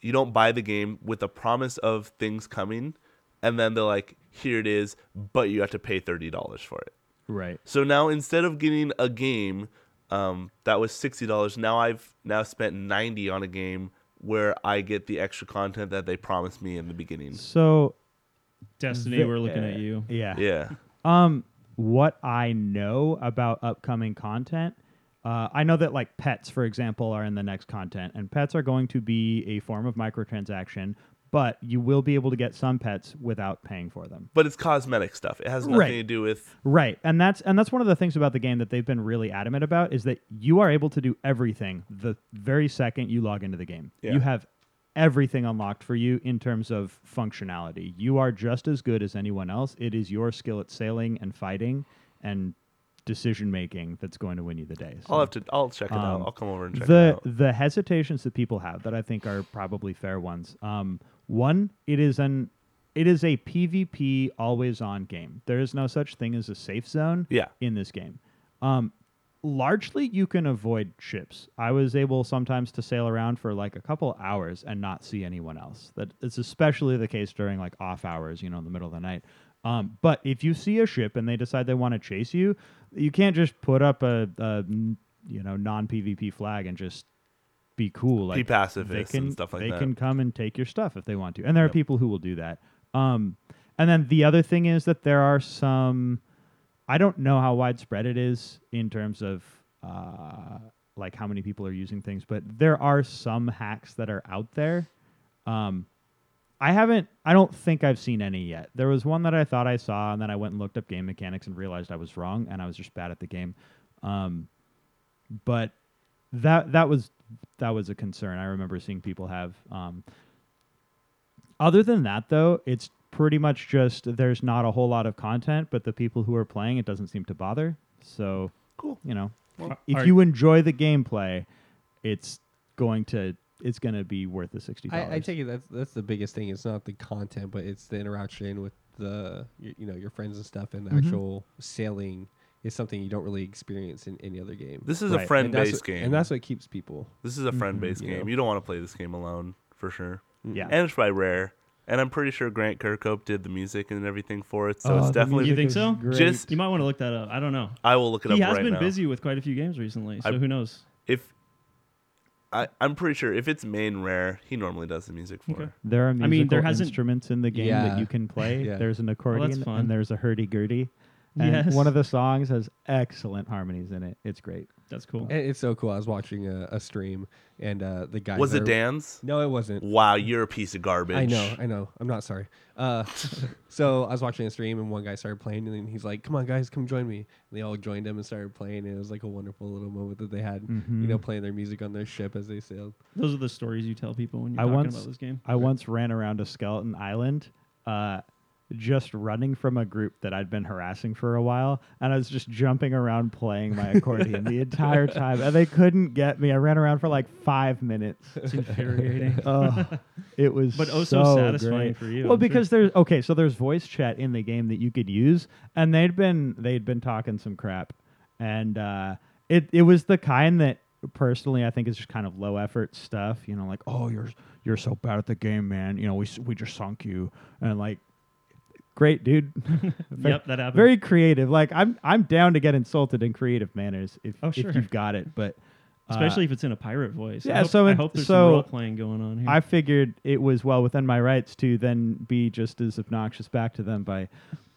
Speaker 4: you don't buy the game with the promise of things coming, and then they're like, "Here it is," but you have to pay thirty dollars for it.
Speaker 2: right.
Speaker 4: So now instead of getting a game um, that was sixty dollars, now I've now spent ninety on a game where I get the extra content that they promised me in the beginning.
Speaker 2: So
Speaker 3: Destiny,
Speaker 2: Ve-
Speaker 3: we're looking
Speaker 2: uh,
Speaker 3: at you.
Speaker 2: Yeah.
Speaker 4: Yeah.
Speaker 2: Um, what I know about upcoming content, uh, I know that like pets, for example, are in the next content, and pets are going to be a form of microtransaction, but you will be able to get some pets without paying for them.
Speaker 4: But it's cosmetic stuff. It has nothing
Speaker 2: Right.
Speaker 4: to do with
Speaker 2: Right, and that's and that's one of the things about the game that they've been really adamant about is that you are able to do everything the very second you log into the game.
Speaker 4: Yeah.
Speaker 2: You have everything unlocked for you in terms of functionality. You are just as good as anyone else. It is your skill at sailing and fighting and decision making that's going to win you the day. So,
Speaker 4: I'll have to I'll check it out.
Speaker 2: um,
Speaker 4: I'll come over and check it
Speaker 2: the
Speaker 4: out.
Speaker 2: the hesitations that people have that I think are probably fair ones. Um, one, it is an it is a PvP always on game. There is no such thing as a safe zone
Speaker 4: Yeah.
Speaker 2: in this game. Um, largely, you can avoid ships. I was able sometimes to sail around for like a couple hours and not see anyone else. That it's especially the case during like off hours, you know, in the middle of the night. Um, but if you see a ship and they decide they want to chase you, you can't just put up a, a you know non PvP flag and just be cool. Like they
Speaker 4: pacifist
Speaker 2: can
Speaker 4: and stuff like
Speaker 2: they
Speaker 4: that.
Speaker 2: can come and take your stuff if they want to, and there are people who will do that. Um, and then the other thing is that there are some. I don't know how widespread it is in terms of uh, like how many people are using things, but there are some hacks that are out there. Um, I haven't. I don't think I've seen any yet. There was one that I thought I saw, and then I went and looked up game mechanics and realized I was wrong, and I was just bad at the game. Um, but that that was that was a concern I remember seeing people have. Um, other than that, though, it's pretty much just there's not a whole lot of content, but the people who are playing it doesn't seem to bother. So
Speaker 4: Cool.
Speaker 2: you know,
Speaker 3: Well,
Speaker 2: if
Speaker 3: are-
Speaker 2: you enjoy the gameplay, it's going to it's going to be worth the sixty dollars.
Speaker 5: I, I take it that's that's the biggest thing. It's not the content, but it's the interaction with the you, you know your friends and stuff, and the
Speaker 4: Mm-hmm.
Speaker 5: actual sailing is something you don't really experience in any other game.
Speaker 4: This
Speaker 2: Right,
Speaker 4: is a
Speaker 2: and Mm-hmm,
Speaker 4: friend
Speaker 5: and that's
Speaker 4: based
Speaker 5: what-
Speaker 4: game.
Speaker 5: and that's what keeps people.
Speaker 4: this is a friend based
Speaker 5: you
Speaker 4: game.
Speaker 5: know.
Speaker 4: You don't want to play this game alone for sure.
Speaker 2: yeah.
Speaker 4: And it's by Rare. And I'm pretty sure Grant Kirkhope did the music and everything for it. So
Speaker 2: Oh,
Speaker 4: it's
Speaker 2: the
Speaker 4: definitely
Speaker 3: You
Speaker 2: music
Speaker 3: think
Speaker 2: is
Speaker 3: so?
Speaker 2: great.
Speaker 4: Just-
Speaker 3: You might want to look that up. I don't know.
Speaker 4: I will look it
Speaker 3: He
Speaker 4: up
Speaker 3: has
Speaker 4: right
Speaker 3: been
Speaker 4: now.
Speaker 3: busy with quite a few games recently, so
Speaker 4: I-
Speaker 3: who knows?
Speaker 4: If I, I'm pretty sure if it's main Rare, he normally does the music for
Speaker 3: Okay.
Speaker 4: it.
Speaker 2: There are
Speaker 3: mean, there
Speaker 2: musical
Speaker 3: hasn't-
Speaker 2: instruments in the game that
Speaker 5: Yeah.
Speaker 2: you can play.
Speaker 5: Yeah.
Speaker 2: There's an accordion
Speaker 3: fun.
Speaker 2: and there's a hurdy-gurdy. And
Speaker 3: Yes.
Speaker 2: one of the songs has excellent harmonies in it. It's great.
Speaker 3: That's cool.
Speaker 2: Eh.
Speaker 5: It- it's so cool. I was watching a, a stream, and uh, the guy
Speaker 4: Was it
Speaker 5: Dan?
Speaker 4: Dan's?
Speaker 5: No, it wasn't.
Speaker 4: Wow, you're a piece of garbage.
Speaker 5: I know, I know. I'm not sorry. Uh, so I was watching a stream, and one guy started playing, and then he's like, "Come on, guys, come join me." And they all joined him and started playing, and it was like a wonderful little moment that they had, you
Speaker 4: Mm-hmm.
Speaker 5: know, playing their music on their ship as they sailed.
Speaker 3: Those are the stories you tell people when you're
Speaker 2: I
Speaker 3: talking
Speaker 2: once-
Speaker 3: about this game.
Speaker 2: I once ran around a skeleton island, uh, just running from a group that I'd been harassing for a while, and I was just jumping around playing my accordion the entire time, and they couldn't get me. I ran around for like five minutes.
Speaker 3: It's infuriating.
Speaker 2: Oh, it was
Speaker 3: But oh so
Speaker 2: so
Speaker 3: satisfying
Speaker 2: great.
Speaker 3: for you,
Speaker 2: Well,
Speaker 3: I'm sure.
Speaker 2: because there's okay, so there's voice chat in the game that you could use, and they'd been they'd been talking some crap, and uh, it it was the kind that personally I think is just kind of low effort stuff. You know, like oh you're you're so bad at the game, man. You know we s- we just sunk you, and like great dude. Very- uh,
Speaker 3: yep, that happened.
Speaker 2: Very creative. Like I'm I'm down to get insulted in creative manners if
Speaker 3: Oh,
Speaker 2: if
Speaker 3: sure.
Speaker 2: you've got it, but. uh,
Speaker 3: Especially if it's in a pirate voice. I
Speaker 2: yeah,
Speaker 3: hope,
Speaker 2: so
Speaker 3: I
Speaker 2: it-
Speaker 3: hope there's
Speaker 2: so-
Speaker 3: some role playing going on here.
Speaker 2: I figured it was well within my rights to then be just as obnoxious back to them by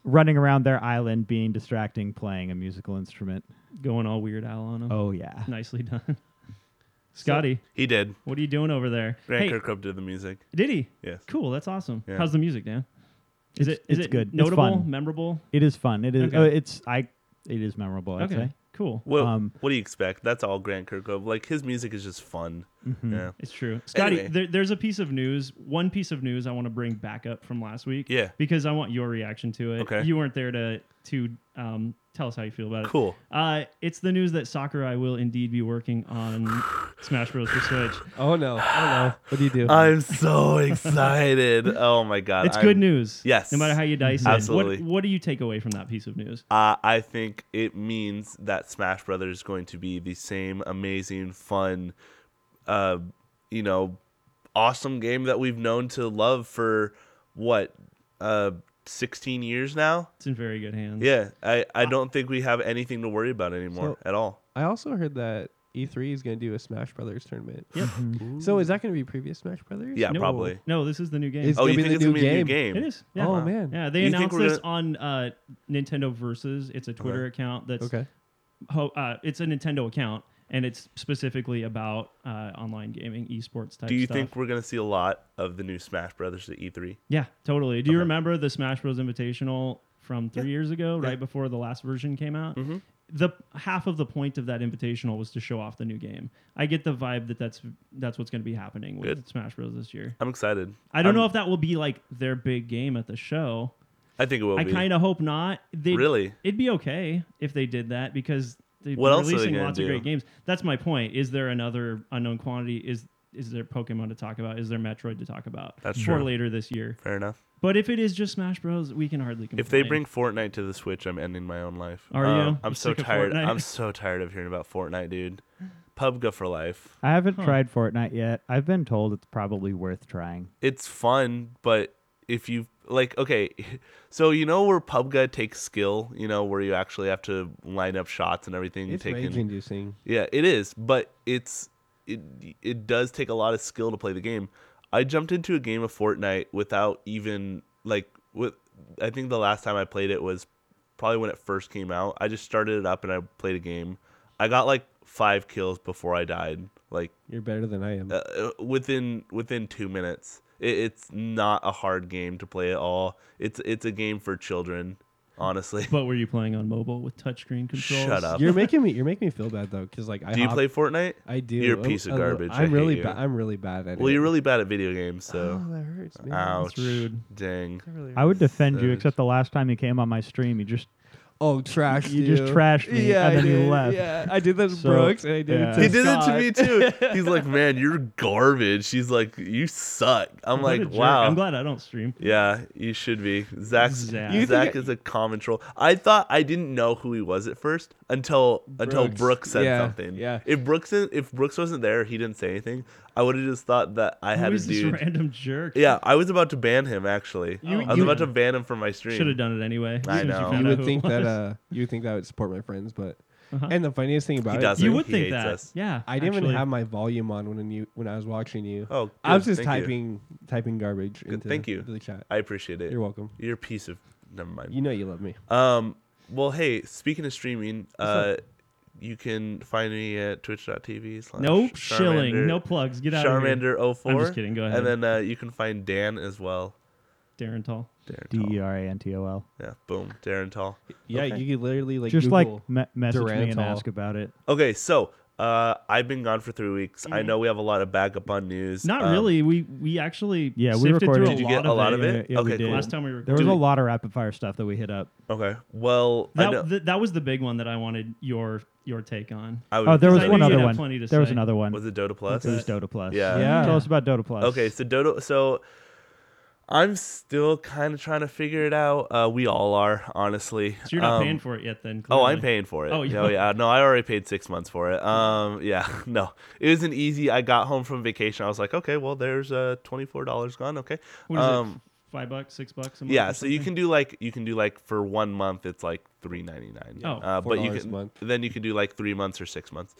Speaker 2: running around their island, being distracting, playing a musical instrument.
Speaker 3: going all weird Al on him.
Speaker 2: Oh yeah,
Speaker 3: Nicely done. Scotty,
Speaker 4: He did.
Speaker 3: what are you doing over there?
Speaker 4: Grant
Speaker 3: hey,
Speaker 4: Kirkhope did the music.
Speaker 3: did he?
Speaker 4: Yes.
Speaker 3: Cool, that's awesome.
Speaker 4: Yeah.
Speaker 3: How's the music, Dan? Is
Speaker 2: It's-
Speaker 3: it is
Speaker 2: it's
Speaker 3: it
Speaker 2: good. It's
Speaker 3: notable,
Speaker 2: fun.
Speaker 3: memorable?
Speaker 2: it is fun. It is.
Speaker 3: Okay.
Speaker 2: oh, it's I. It is memorable. I'd
Speaker 3: okay.
Speaker 2: say.
Speaker 3: Cool.
Speaker 4: What,
Speaker 2: Um,
Speaker 4: what do you expect? That's all Grant Kirkhope. Like his music is just fun. Yeah.
Speaker 3: It's true. Scotty,
Speaker 4: Anyway.
Speaker 3: there, there's a piece of news, one piece of news I want to bring back up from last week.
Speaker 4: Yeah.
Speaker 3: Because I want your reaction to it.
Speaker 4: Okay.
Speaker 3: You weren't there to to um, tell us how you feel about it.
Speaker 4: Cool.
Speaker 3: Uh, it's the news that Sakurai will indeed be working on Smash Bros. for Switch.
Speaker 5: Oh no! Oh no! What do you do?
Speaker 4: I'm so excited. Oh my god.
Speaker 3: It's
Speaker 4: I'm-
Speaker 3: good news.
Speaker 4: Yes.
Speaker 3: No matter how
Speaker 2: Mm-hmm.
Speaker 3: you dice it.
Speaker 4: Absolutely.
Speaker 3: What, what do you take away from that piece of news?
Speaker 4: Uh, I think it means that Smash Brothers is going to be the same amazing, fun, uh, you know, awesome game that we've known to love for what uh, 16 years now.
Speaker 3: It's in very good hands.
Speaker 4: Yeah, I, I don't think we have anything to worry about anymore
Speaker 5: So-
Speaker 4: at all.
Speaker 5: I also heard that E3 is going to do a Smash Brothers tournament.
Speaker 3: Yep.
Speaker 5: So is that going to be previous Smash Brothers?
Speaker 4: Mm-hmm. Yeah,
Speaker 3: No,
Speaker 4: probably.
Speaker 3: No, this is the new game.
Speaker 5: Is- It's
Speaker 4: oh,
Speaker 5: gonna
Speaker 4: you
Speaker 5: be
Speaker 4: think
Speaker 5: the
Speaker 4: it's
Speaker 5: new
Speaker 4: gonna be a new
Speaker 5: game.
Speaker 4: game?
Speaker 3: it is. Yeah.
Speaker 5: Oh
Speaker 4: Wow.
Speaker 5: man.
Speaker 3: Yeah, they
Speaker 4: You think
Speaker 3: announced
Speaker 4: we're
Speaker 3: this on uh, Nintendo Versus. It's a Twitter account that's
Speaker 5: Okay.
Speaker 3: ho- uh, it's a Nintendo account and it's specifically about uh, online gaming, esports type.
Speaker 4: Do you
Speaker 3: stuff.
Speaker 4: think we're gonna see a lot of the new Smash Brothers at E E3?
Speaker 3: Yeah, totally. Do you
Speaker 4: Okay.
Speaker 3: remember the Smash Bros. Invitational from three years ago, right before the last version came out?
Speaker 4: Mm-hmm.
Speaker 3: The half of the point of that invitational was to show off the new game. I get the vibe that that's that's what's going to be happening with
Speaker 4: Good.
Speaker 3: Smash Bros. this year.
Speaker 4: I'm excited.
Speaker 3: I don't
Speaker 4: I'm-
Speaker 3: know if that will be like their big game at the show.
Speaker 4: I think it will
Speaker 3: I
Speaker 4: be.
Speaker 3: kind of hope not. They,
Speaker 4: Really?
Speaker 3: it'd be okay if they did that because they're
Speaker 4: What else are they
Speaker 3: releasing
Speaker 4: gonna
Speaker 3: lots
Speaker 4: do?
Speaker 3: of great games. That's my point. Is there another unknown quantity? Is is there Pokemon to talk about? Is there Metroid to talk about?
Speaker 4: That's
Speaker 3: for
Speaker 4: true.
Speaker 3: later this year.
Speaker 4: Fair enough.
Speaker 3: But if it is just Smash Bros, we can hardly complain.
Speaker 4: If they bring Fortnite to the Switch, I'm ending my own life.
Speaker 3: Are
Speaker 4: Um,
Speaker 3: you?
Speaker 4: I'm
Speaker 3: You
Speaker 4: so
Speaker 3: sick of
Speaker 4: tired.
Speaker 3: Fortnite?
Speaker 4: I'm so tired of hearing about Fortnite, dude. PUBG for life.
Speaker 2: I haven't
Speaker 3: Huh.
Speaker 2: tried Fortnite yet. I've been told it's probably worth trying.
Speaker 4: It's fun, but if you like, okay, so you know where PUBG takes skill, you know where you actually have to line up shots and everything.
Speaker 5: It's
Speaker 4: taking-
Speaker 5: rage inducing.
Speaker 4: Yeah, it is, but it's it it does take a lot of skill to play the game. I jumped into a game of Fortnite without even like with I think the last time I played it was probably when it first came out. I just started it up and I played a game. I got like 5 kills before I died. Like
Speaker 5: You're better than I am.
Speaker 4: uh, uh, within within 2 minutes. It, it's not a hard game to play at all. It's it's a game for children, honestly.
Speaker 3: But were you playing on mobile with touchscreen controls?
Speaker 4: Shut up.
Speaker 5: you're making me. You're making me feel bad though, because like I
Speaker 4: Do you
Speaker 5: hop-
Speaker 4: play Fortnite?
Speaker 5: I do.
Speaker 4: You're a
Speaker 5: I'm-
Speaker 4: piece of
Speaker 5: I'm-
Speaker 4: garbage. I
Speaker 5: I'm
Speaker 4: hate
Speaker 5: really
Speaker 4: you.
Speaker 5: bad. I'm really bad at it.
Speaker 4: Well, you're really bad at video games, so
Speaker 5: Oh, that hurts, man.
Speaker 4: Ouch.
Speaker 3: rude.
Speaker 4: Dang.
Speaker 5: That really
Speaker 2: I would
Speaker 5: hurts.
Speaker 2: defend you,
Speaker 4: Savage.
Speaker 2: except the last time you came on my stream, you just
Speaker 5: Oh, trash!
Speaker 2: You just trashed me,
Speaker 5: yeah,
Speaker 2: and
Speaker 5: I
Speaker 2: then you
Speaker 5: did.
Speaker 2: left.
Speaker 5: Yeah, I did that to
Speaker 2: So,
Speaker 5: Brooks, and I did
Speaker 2: yeah.
Speaker 5: it to
Speaker 4: He did it to
Speaker 5: Scott.
Speaker 4: me too. He's like, "Man, you're garbage." She's like, "You suck." I'm
Speaker 3: What a
Speaker 4: like,
Speaker 3: jerk.
Speaker 4: "Wow."
Speaker 3: I'm glad I don't stream.
Speaker 4: Yeah, you should be. Zach's,
Speaker 3: Zach.
Speaker 4: Zach.
Speaker 3: You
Speaker 5: think-
Speaker 4: is a common troll. I thought I didn't know who he was at first until until
Speaker 5: Brooks.
Speaker 4: Brooks said
Speaker 5: Yeah,
Speaker 4: something.
Speaker 5: yeah.
Speaker 4: If Brooks didn't- if Brooks wasn't there, he didn't say anything. I would have just thought that I had
Speaker 3: Who
Speaker 4: a
Speaker 3: is this
Speaker 4: dude.
Speaker 3: random jerk?
Speaker 4: Yeah, I was about to ban him actually.
Speaker 3: You-
Speaker 4: I was
Speaker 3: you-
Speaker 4: about to ban him from my stream.
Speaker 3: Should have done it anyway. as
Speaker 4: I
Speaker 3: soon as
Speaker 4: know.
Speaker 3: found
Speaker 5: You
Speaker 3: out
Speaker 5: would
Speaker 3: who it
Speaker 5: think that
Speaker 3: was.
Speaker 5: uh, you would think that would support my friends, but
Speaker 3: Uh-huh.
Speaker 5: and the funniest thing about it,
Speaker 4: doesn't.
Speaker 3: you would
Speaker 4: He
Speaker 3: think
Speaker 4: hates
Speaker 3: that.
Speaker 4: us.
Speaker 3: Yeah.
Speaker 5: I didn't
Speaker 3: actually.
Speaker 5: even have my volume on when you when I was watching you.
Speaker 4: Oh,
Speaker 5: I was
Speaker 4: good.
Speaker 5: just
Speaker 4: Thank you.
Speaker 5: typing typing garbage into
Speaker 4: thank you.
Speaker 5: into the chat.
Speaker 4: I appreciate it.
Speaker 5: You're welcome.
Speaker 4: You're a piece of. Never mind.
Speaker 5: You know you love me.
Speaker 4: Um. Well, hey, speaking of streaming, uh, you can find me at twitch.tv. slash
Speaker 3: No shilling.
Speaker 4: Charmander-
Speaker 3: no plugs. Get out of here.
Speaker 4: Charmander04.
Speaker 3: I'm just kidding, go ahead.
Speaker 4: And then uh, you can find Dan as well.
Speaker 3: Darren Tall.
Speaker 4: Darren
Speaker 2: D E
Speaker 4: Tall.
Speaker 2: R A N T O L.
Speaker 4: Yeah, boom. Darren Tall.
Speaker 5: Yeah, you could literally like
Speaker 2: Just
Speaker 5: Google.
Speaker 2: like me- message me and
Speaker 5: Durantall.
Speaker 2: ask about it.
Speaker 4: Okay, so uh, I've been gone for three weeks. I know we have a lot of back up on news.
Speaker 3: Mm. Not
Speaker 4: Um,
Speaker 3: really. We we actually
Speaker 2: Yeah, we
Speaker 3: sifted
Speaker 2: recorded-
Speaker 3: through
Speaker 4: Did
Speaker 3: a
Speaker 4: you
Speaker 3: lot
Speaker 4: get
Speaker 3: of
Speaker 4: a lot
Speaker 3: it.
Speaker 4: of it?
Speaker 2: Yeah, yeah, we
Speaker 4: okay,
Speaker 2: did.
Speaker 4: cool.
Speaker 3: Last time we were
Speaker 2: There was a lot of rapid fire stuff that we hit up.
Speaker 4: Okay. Well, I know-
Speaker 3: that, th- that was the big one that I wanted your your take on.
Speaker 4: I
Speaker 2: Oh, there
Speaker 4: was.
Speaker 2: was
Speaker 3: I knew
Speaker 2: one
Speaker 3: you'd
Speaker 2: other
Speaker 3: have
Speaker 2: one.
Speaker 3: plenty to
Speaker 2: There was
Speaker 3: say.
Speaker 2: another one.
Speaker 4: Was it Dota Plus?
Speaker 2: It was Dota Plus.
Speaker 4: Yeah.
Speaker 5: Yeah.
Speaker 2: Tell us about Dota Plus.
Speaker 4: Okay, so Dodo, so I'm still kind of trying to figure it out. Uh, we all are, honestly.
Speaker 3: So you're not
Speaker 4: Um,
Speaker 3: paying for it yet, then?
Speaker 4: Oh,
Speaker 3: Clearly.
Speaker 4: I'm paying for it.
Speaker 3: Oh,
Speaker 4: Oh,
Speaker 3: you-
Speaker 4: yeah. yeah. No, I already paid six months for it. Um, yeah, no, it was an easy. I got home from vacation. I was like, okay, well, there's uh, twenty four dollars gone. Okay.
Speaker 3: What is
Speaker 4: um,
Speaker 3: it? Five bucks, six bucks a month.
Speaker 4: Yeah,
Speaker 3: or
Speaker 4: so you
Speaker 3: something?
Speaker 4: can do like you can do like for one month, it's like three ninety nine.
Speaker 3: Oh,
Speaker 4: uh, but you
Speaker 5: $4 a
Speaker 4: can
Speaker 5: month.
Speaker 4: then you can do like three months or six months.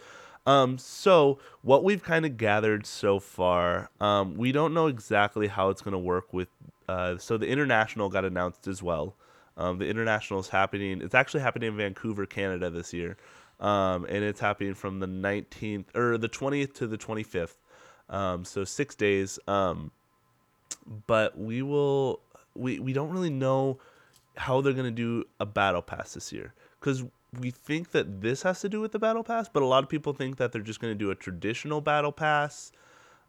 Speaker 4: Um, so what we've kind of gathered so far, um, we don't know exactly how it's going to work with. Uh, so the international got announced as well. Um, the international is happening. It's actually happening in Vancouver, Canada this year, um, and it's happening from the nineteenth or the twentieth to the twenty fifth. Um, so six days. Um, but we will we, we don't really know how they're going to do a battle pass this year because we think that this has to do with the battle pass but a lot of people think that they're just going to do a traditional battle pass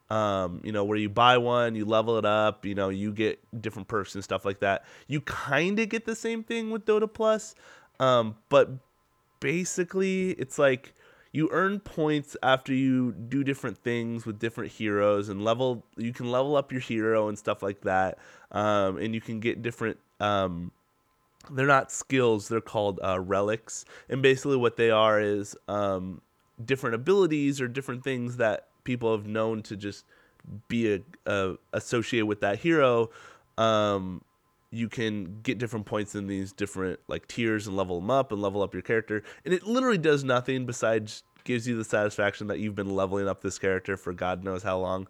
Speaker 4: um, you know where you buy one you level it up you know you get different perks and stuff like that you kind of get the same thing with dota plus um, but basically it's like you earn points after you do different things with different heroes and level you can level up your hero and stuff like that um, and you can get different um, they're not skills they're called uh, relics and basically what they are is um, different abilities or different things that people have known to just be a, a associated with that hero um, you can get different points in these different like tiers and level them up and level up your character and it literally does nothing besides gives you the satisfaction that you've been leveling up this character for God knows how long.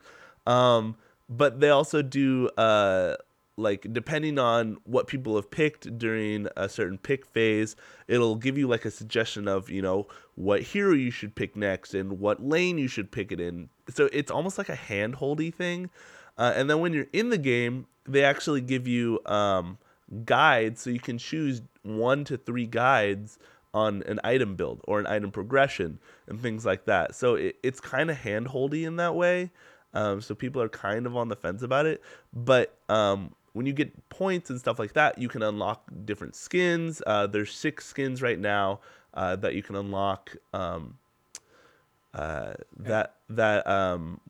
Speaker 4: Um, but they also do uh, like depending on what people have picked during a certain pick phase, it'll give you like a suggestion of you know what hero you should pick next and what lane you should pick it in. So it's almost like a hand holdy thing. Uh, and then when you're in the game, they actually give you um, guides so you can choose one to three guides on an item build or an item progression and things like that. So it, it's kind of hand holdy in that way. Um, so people are kind of on the fence about it. But um, when you get points and stuff like that, you can unlock different skins. Uh, there's six skins right now uh, that you can unlock. Um, uh, that that um,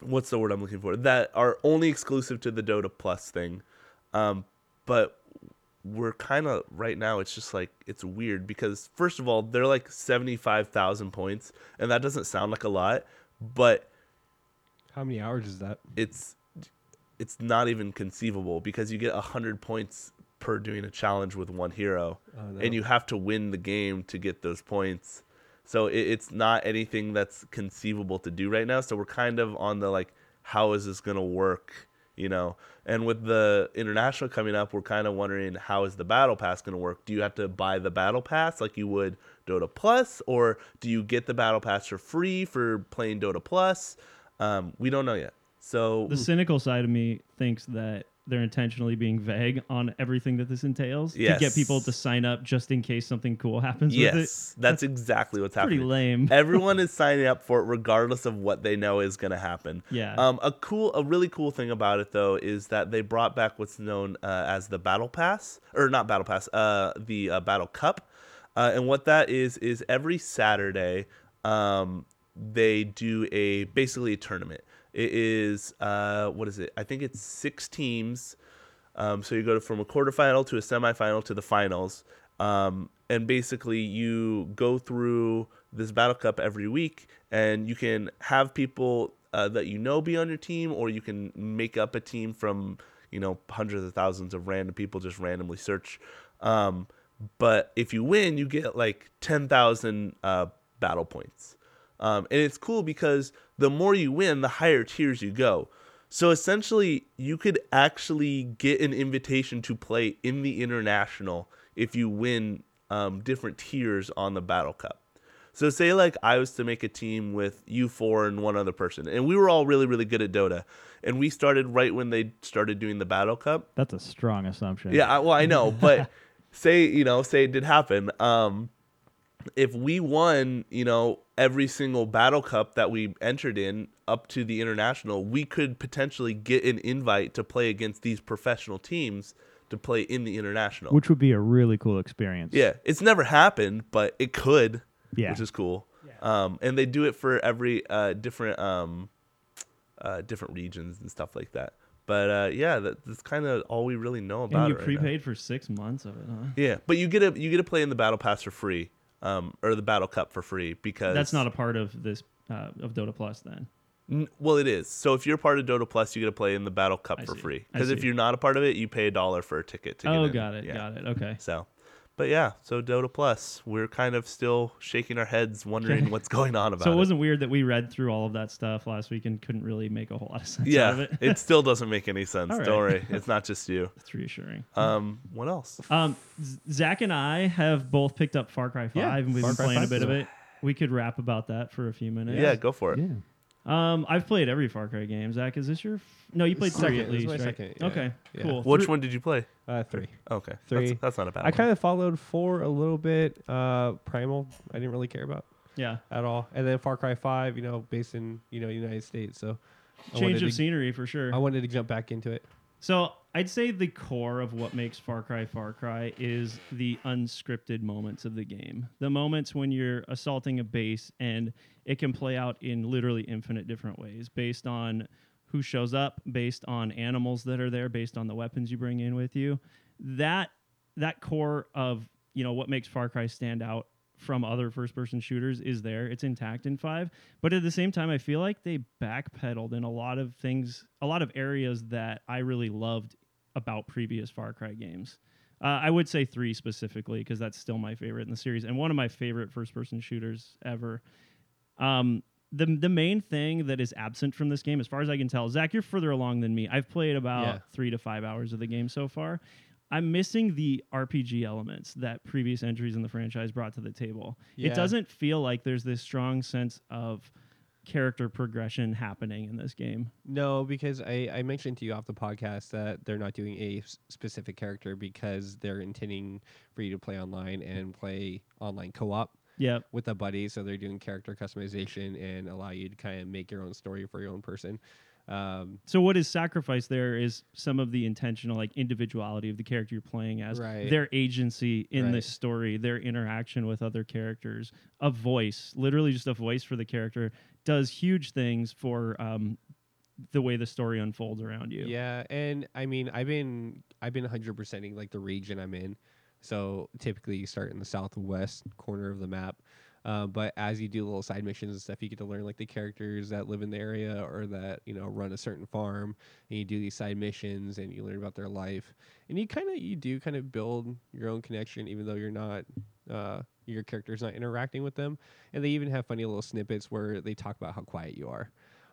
Speaker 4: what's the word I'm looking for? That are only exclusive to the Dota Plus thing. Um, but we're kind of right now. It's just like it's weird because first of all, they're like seventy five thousand points, and that doesn't sound like a lot, but
Speaker 5: How many hours is that?
Speaker 4: it's it's not even conceivable because you get 100 points per doing a challenge with one hero and you have to win the game to get those points so it, it's not anything that's conceivable to do right now so we're kind of on the like how is this going to work you know and with the international coming up we're kind of wondering how is the battle pass going to work do you have to buy the battle pass like you would dota plus or do you get the battle pass for free for playing dota plus um, we don't know yet so
Speaker 3: The cynical side of me thinks that they're intentionally being vague on everything that this entails
Speaker 4: Yes.
Speaker 3: to get people to sign up just in case something cool happens
Speaker 4: yes
Speaker 3: with
Speaker 4: that's,
Speaker 3: it.
Speaker 4: exactly what's
Speaker 3: pretty
Speaker 4: happening
Speaker 3: lame.
Speaker 4: everyone is signing up for it regardless of what they know is going to happen
Speaker 3: Yeah.
Speaker 4: um a cool a really cool thing about it though is that they brought back what's known uh, as the battle pass or not battle pass uh the uh, battle cup uh, and what that is is every saturday um they do a basically a tournament it is uh what is it i think it's six teams um, so you go from a quarterfinal to a semifinal to the finals. Um, and basically, you go through this Battle Cup every week, and you can have people uh, that you know be on your team, or you can make up a team from you know hundreds of thousands of random people just randomly search. Um, but if you win, you get like ten thousand uh, battle points. Um, and it's cool because the more you win, the higher tiers you go. So essentially, you could actually get an invitation to play in the international if you win um, different tiers on the Battle Cup. So say like I was to make a team with you four and one other person, and we were all really really good at Dota, and we started right when they started doing the Battle Cup.
Speaker 2: That's a strong assumption.
Speaker 4: Yeah, I, well, I know, but say you know, say it did happen. Um, if we won, you know, every single battle cup that we entered in up to the international, we could potentially get an invite to play against these professional teams to play in the international.
Speaker 2: Which would be a really cool experience.
Speaker 4: Yeah, it's never happened, but it could.
Speaker 2: Yeah.
Speaker 4: which is cool. Um, and they do it for every uh, different um, uh, different regions and stuff like that. But uh, yeah, that, that's kind of all we really know
Speaker 3: and
Speaker 4: about
Speaker 3: you
Speaker 4: it. right now.
Speaker 3: prepaid for six months of it, huh?
Speaker 4: Yeah, but you get a you get to play in the battle pass for free, um, or the battle cup for free because
Speaker 3: That's not a part of this uh, of Dota Plus then.
Speaker 4: N- well, it is. So if you're part of Dota Plus, you get to play in the battle cup
Speaker 3: I
Speaker 4: for
Speaker 3: see.
Speaker 4: free.
Speaker 3: I
Speaker 4: Because if
Speaker 3: see.
Speaker 4: you're not a part of it, you pay a dollar for a ticket to get
Speaker 3: Oh,
Speaker 4: in.
Speaker 3: got it, got it. Okay.
Speaker 4: So, but yeah, so Dota Plus, we're kind of still shaking our heads, wondering what's going on about
Speaker 3: So it wasn't weird that we read through all of that stuff last week and couldn't really make a whole lot of sense out
Speaker 4: Yeah,
Speaker 3: of it.
Speaker 4: it still doesn't make any sense.
Speaker 3: All right.
Speaker 4: Don't worry, it's not just you.
Speaker 3: It's reassuring.
Speaker 4: Um, what else?
Speaker 3: Um, Z- Zach and I have both picked up Far Cry Five,
Speaker 5: Yeah,
Speaker 3: and we've
Speaker 5: Far
Speaker 3: been
Speaker 5: Cry
Speaker 3: playing a
Speaker 5: 5
Speaker 3: bit
Speaker 5: is
Speaker 3: of
Speaker 5: a-
Speaker 3: it. We could rap about that for a few minutes.
Speaker 4: Yeah, go for it.
Speaker 2: Yeah.
Speaker 3: Um, I've played every Far Cry game. Zach, is this your? F- no, you played
Speaker 5: Second,
Speaker 3: three at
Speaker 5: this
Speaker 3: least,
Speaker 5: is my
Speaker 3: right?
Speaker 5: second, yeah.
Speaker 3: Okay,
Speaker 5: Yeah.
Speaker 3: cool.
Speaker 4: Which
Speaker 3: Three-
Speaker 4: one did you play?
Speaker 5: Uh, three.
Speaker 4: Okay, that's-
Speaker 5: Three.
Speaker 4: That's, not a bad.
Speaker 5: I kind of followed four a little bit. Uh, Primal, I didn't really care about
Speaker 3: Yeah,
Speaker 5: at all. And then Far Cry Five, you know, based in you know United States, so I wanted
Speaker 3: change of
Speaker 5: to,
Speaker 3: scenery for sure.
Speaker 5: I wanted to jump back into it.
Speaker 3: So I'd say the core of what makes Far Cry Far Cry is the unscripted moments of the game. The moments when you're assaulting a base and it can play out in literally infinite different ways based on who shows up, based on animals that are there, based on the weapons you bring in with you. That that core of, you know, what makes Far Cry stand out from other first person shooters is there. It's intact in five. But at the same time, I feel like they backpedaled in a lot of things, a lot of areas that I really loved about previous Far Cry games. Uh, I would say three specifically because that's still my favorite in the series and one of my favorite first person shooters ever. Um, the the main thing that is absent from this game, as far as I can tell, Zach, you're further along than me. I've played about
Speaker 5: Yeah.
Speaker 3: three to five hours of the game so far. I'm missing the RPG elements that previous entries in the franchise brought to the table.
Speaker 5: Yeah.
Speaker 3: It doesn't feel like there's this strong sense of character progression happening in this game.
Speaker 5: No, because I, I mentioned to you off the podcast that they're not doing a s- specific character because they're intending for you to play online and play online co op
Speaker 3: Yep.
Speaker 5: with a buddy. So they're doing character customization and allow you to kind of make your own story for your own person. Um,
Speaker 3: So what is sacrificed there is some of the intentional like individuality of the character you're playing as,
Speaker 5: Right.
Speaker 3: their agency in
Speaker 5: Right.
Speaker 3: this story, their interaction with other characters, a voice, literally just a voice for the character does huge things for um, the way the story unfolds around you.
Speaker 5: Yeah, and I mean, I've been I've been 100 percenting like the region I'm in. So typically, you start in the southwest corner of the map. Uh, but as you do little side missions and stuff, you get to learn like the characters that live in the area or that you know run a certain farm, and you do these side missions and you learn about their life, and you kind of you do kind of build your own connection, even though you're not uh, your character's not interacting with them. And they even have funny little snippets where they talk about how quiet you are,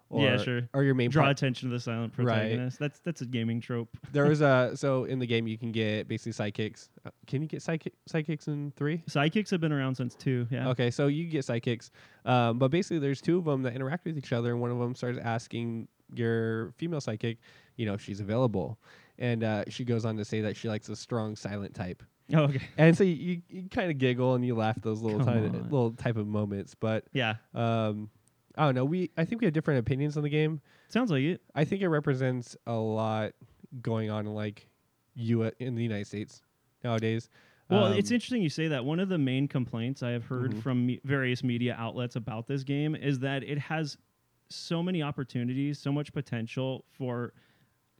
Speaker 5: or
Speaker 3: Yeah, sure.
Speaker 5: or your main
Speaker 3: Draw
Speaker 5: plot-
Speaker 3: attention to the silent
Speaker 5: Right.
Speaker 3: protagonist. That's that's a gaming trope.
Speaker 5: there was a so in the game you can get basically sidekicks. Uh, Can you get sidekick, sidekicks in three?
Speaker 3: Sidekicks have been around since two. Yeah.
Speaker 5: Okay, so you get sidekicks, um, but basically there's two of them that interact with each other, and one of them starts asking your female sidekick, you know, if she's available, and uh, she goes on to say that she likes a strong silent type,
Speaker 3: Oh, okay.
Speaker 5: and so you, you kind of giggle and you laugh at those little
Speaker 3: Come
Speaker 5: tiny,
Speaker 3: on.
Speaker 5: little type of moments, but
Speaker 3: Yeah.
Speaker 5: um, I don't know. We I think we have different opinions on the game.
Speaker 3: Sounds like it.
Speaker 5: I think it represents a lot going on in like you in the United States nowadays.
Speaker 3: Well,
Speaker 5: Um, Mm-hmm.
Speaker 3: it's interesting you say that. One of the main complaints I have heard from me- various media outlets about this game is that it has so many opportunities, so much potential for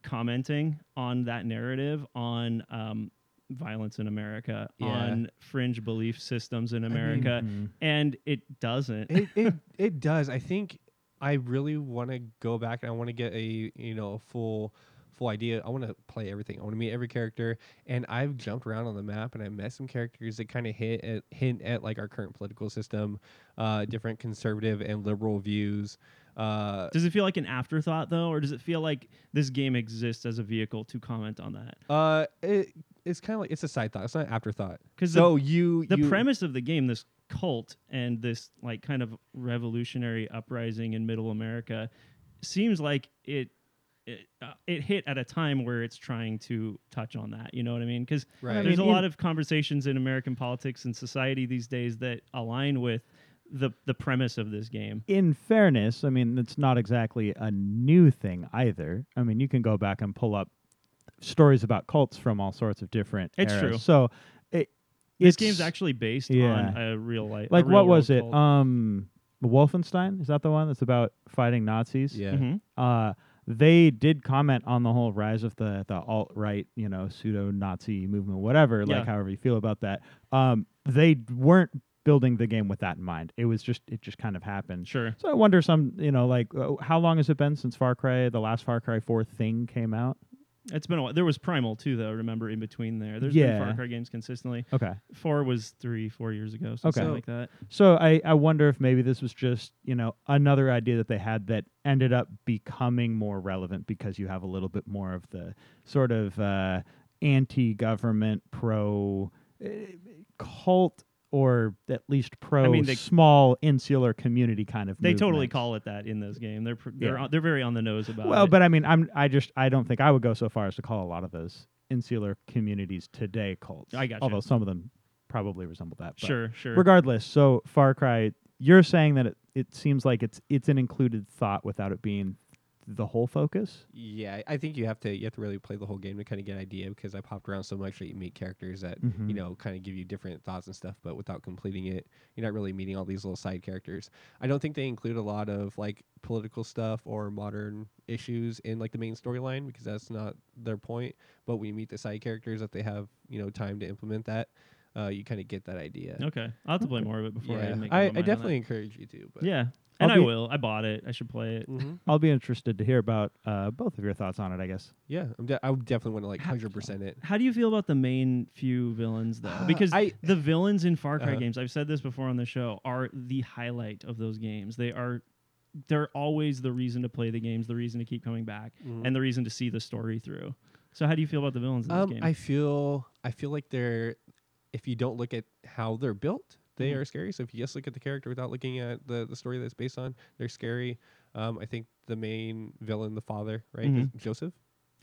Speaker 3: commenting on that narrative, on um, violence in America,
Speaker 5: Yeah.
Speaker 3: on fringe belief systems in
Speaker 2: Uh,
Speaker 3: America, and it doesn't.
Speaker 5: it, it it does. I think I really want to go back and I want to get a you know a full full idea. I want to play everything. I want to meet every character. And I've jumped around on the map and I met some characters that kind of hit at, hint at like our current political system, uh, different conservative and liberal views. Uh,
Speaker 3: does it feel like an afterthought though, or does it feel like this game exists as a vehicle to comment on that?
Speaker 5: uh, it it's kind of like it's a side thought. It's not an afterthought.
Speaker 3: 'Cause the-
Speaker 5: so you
Speaker 3: the
Speaker 5: you-
Speaker 3: premise of the game this cult and this like kind of revolutionary uprising in middle america seems like it it, uh, it hit at a time where it's trying to touch on that you know what i mean because
Speaker 5: Right. I
Speaker 3: there's
Speaker 2: mean,
Speaker 3: a
Speaker 2: in-
Speaker 3: lot of conversations in american politics and society these days that align with the the premise of this game
Speaker 2: in fairness, I mean, it's not exactly a new thing either. I mean, you can go back and pull up stories about cults from all sorts of different
Speaker 3: It's
Speaker 2: eras.
Speaker 3: true.
Speaker 2: So it, it's-
Speaker 3: this game's actually based on
Speaker 2: yeah.
Speaker 3: a real life
Speaker 2: like what was it? Um, Wolfenstein is that the one that's about fighting Nazis?
Speaker 5: Yeah.
Speaker 3: Mm-hmm.
Speaker 2: Uh, they did comment on the whole rise of the the alt right, you know, pseudo Nazi movement, whatever. Like
Speaker 3: Yeah.
Speaker 2: however you feel about that. Um, they weren't building the game with that in mind. It was just it just kind of happened.
Speaker 3: sure
Speaker 2: So I wonder some, you know, like uh, how long has it been since Far Cry, the last Far Cry 4 thing came out?
Speaker 3: it's been a while there was primal too though remember in between there There's
Speaker 2: Yeah.
Speaker 3: been far cry games consistently
Speaker 2: Okay.
Speaker 3: four was three four years ago something
Speaker 2: Okay.
Speaker 3: like that
Speaker 2: So I, I wonder if maybe this was just, you know, another idea that they had that ended up becoming more relevant because you have a little bit more of the sort of uh, anti government, pro uh, cult, or at least pro
Speaker 3: they-
Speaker 2: small insular community kind of
Speaker 3: They totally
Speaker 2: movement.
Speaker 3: call it that in this game. They're pr- they're
Speaker 2: Yeah.
Speaker 3: on, they're very on the nose about
Speaker 2: Well,
Speaker 3: it.
Speaker 2: but I mean, I'm I just I don't think I would go so far as to call a lot of those insular communities today cults.
Speaker 3: I gotcha.
Speaker 2: Although some of them probably resemble that. but
Speaker 3: sure, sure.
Speaker 2: Regardless, so Far Cry, you're saying that it, it seems like it's it's an included thought without it being the whole focus.
Speaker 5: Yeah, I think you have to you have to really play the whole game to kind of get an idea because I popped around so much that you meet characters that you
Speaker 3: Mm-hmm.
Speaker 2: Mhm.
Speaker 5: know kind of give you different thoughts and stuff, but without completing it, you're not really meeting all these little side characters. I don't think they include a lot of like political stuff or modern issues in like the main storyline because that's not their point. But when you meet the side characters, that they have you know time to implement that. uh, you kind of get that idea.
Speaker 3: Okay, I'll have to play more of it before I
Speaker 5: Yeah.
Speaker 3: make. up my
Speaker 5: I, I
Speaker 3: mind on that.
Speaker 5: definitely encourage you to. But
Speaker 3: Yeah, and
Speaker 2: I'll be-
Speaker 3: I will. I bought it. I should play it.
Speaker 5: Mhm.
Speaker 2: I'll be interested to hear about uh, both of your thoughts on it. I guess.
Speaker 5: yeah, I'm de- I would definitely want to like hundred percent it.
Speaker 3: How do you feel about the main few villains though? Because
Speaker 5: Uh, I-
Speaker 3: the villains in Far Cry
Speaker 5: Uh-huh.
Speaker 3: games, I've said this before on the show, are the highlight of those games. They are they're always the reason to play the games, the reason to keep coming back,
Speaker 5: Mm-hmm.
Speaker 3: and the reason to see the story through. So how do you feel about the villains in
Speaker 5: Um,
Speaker 3: this game?
Speaker 5: I feel I feel like they're if you don't look at how they're built,
Speaker 3: Mm-hmm.
Speaker 5: they are scary. So if you just look at the character without looking at the the story that's based on, they're scary. Um, I think the main villain, the father, right, is
Speaker 3: Mm-hmm.
Speaker 5: Joseph.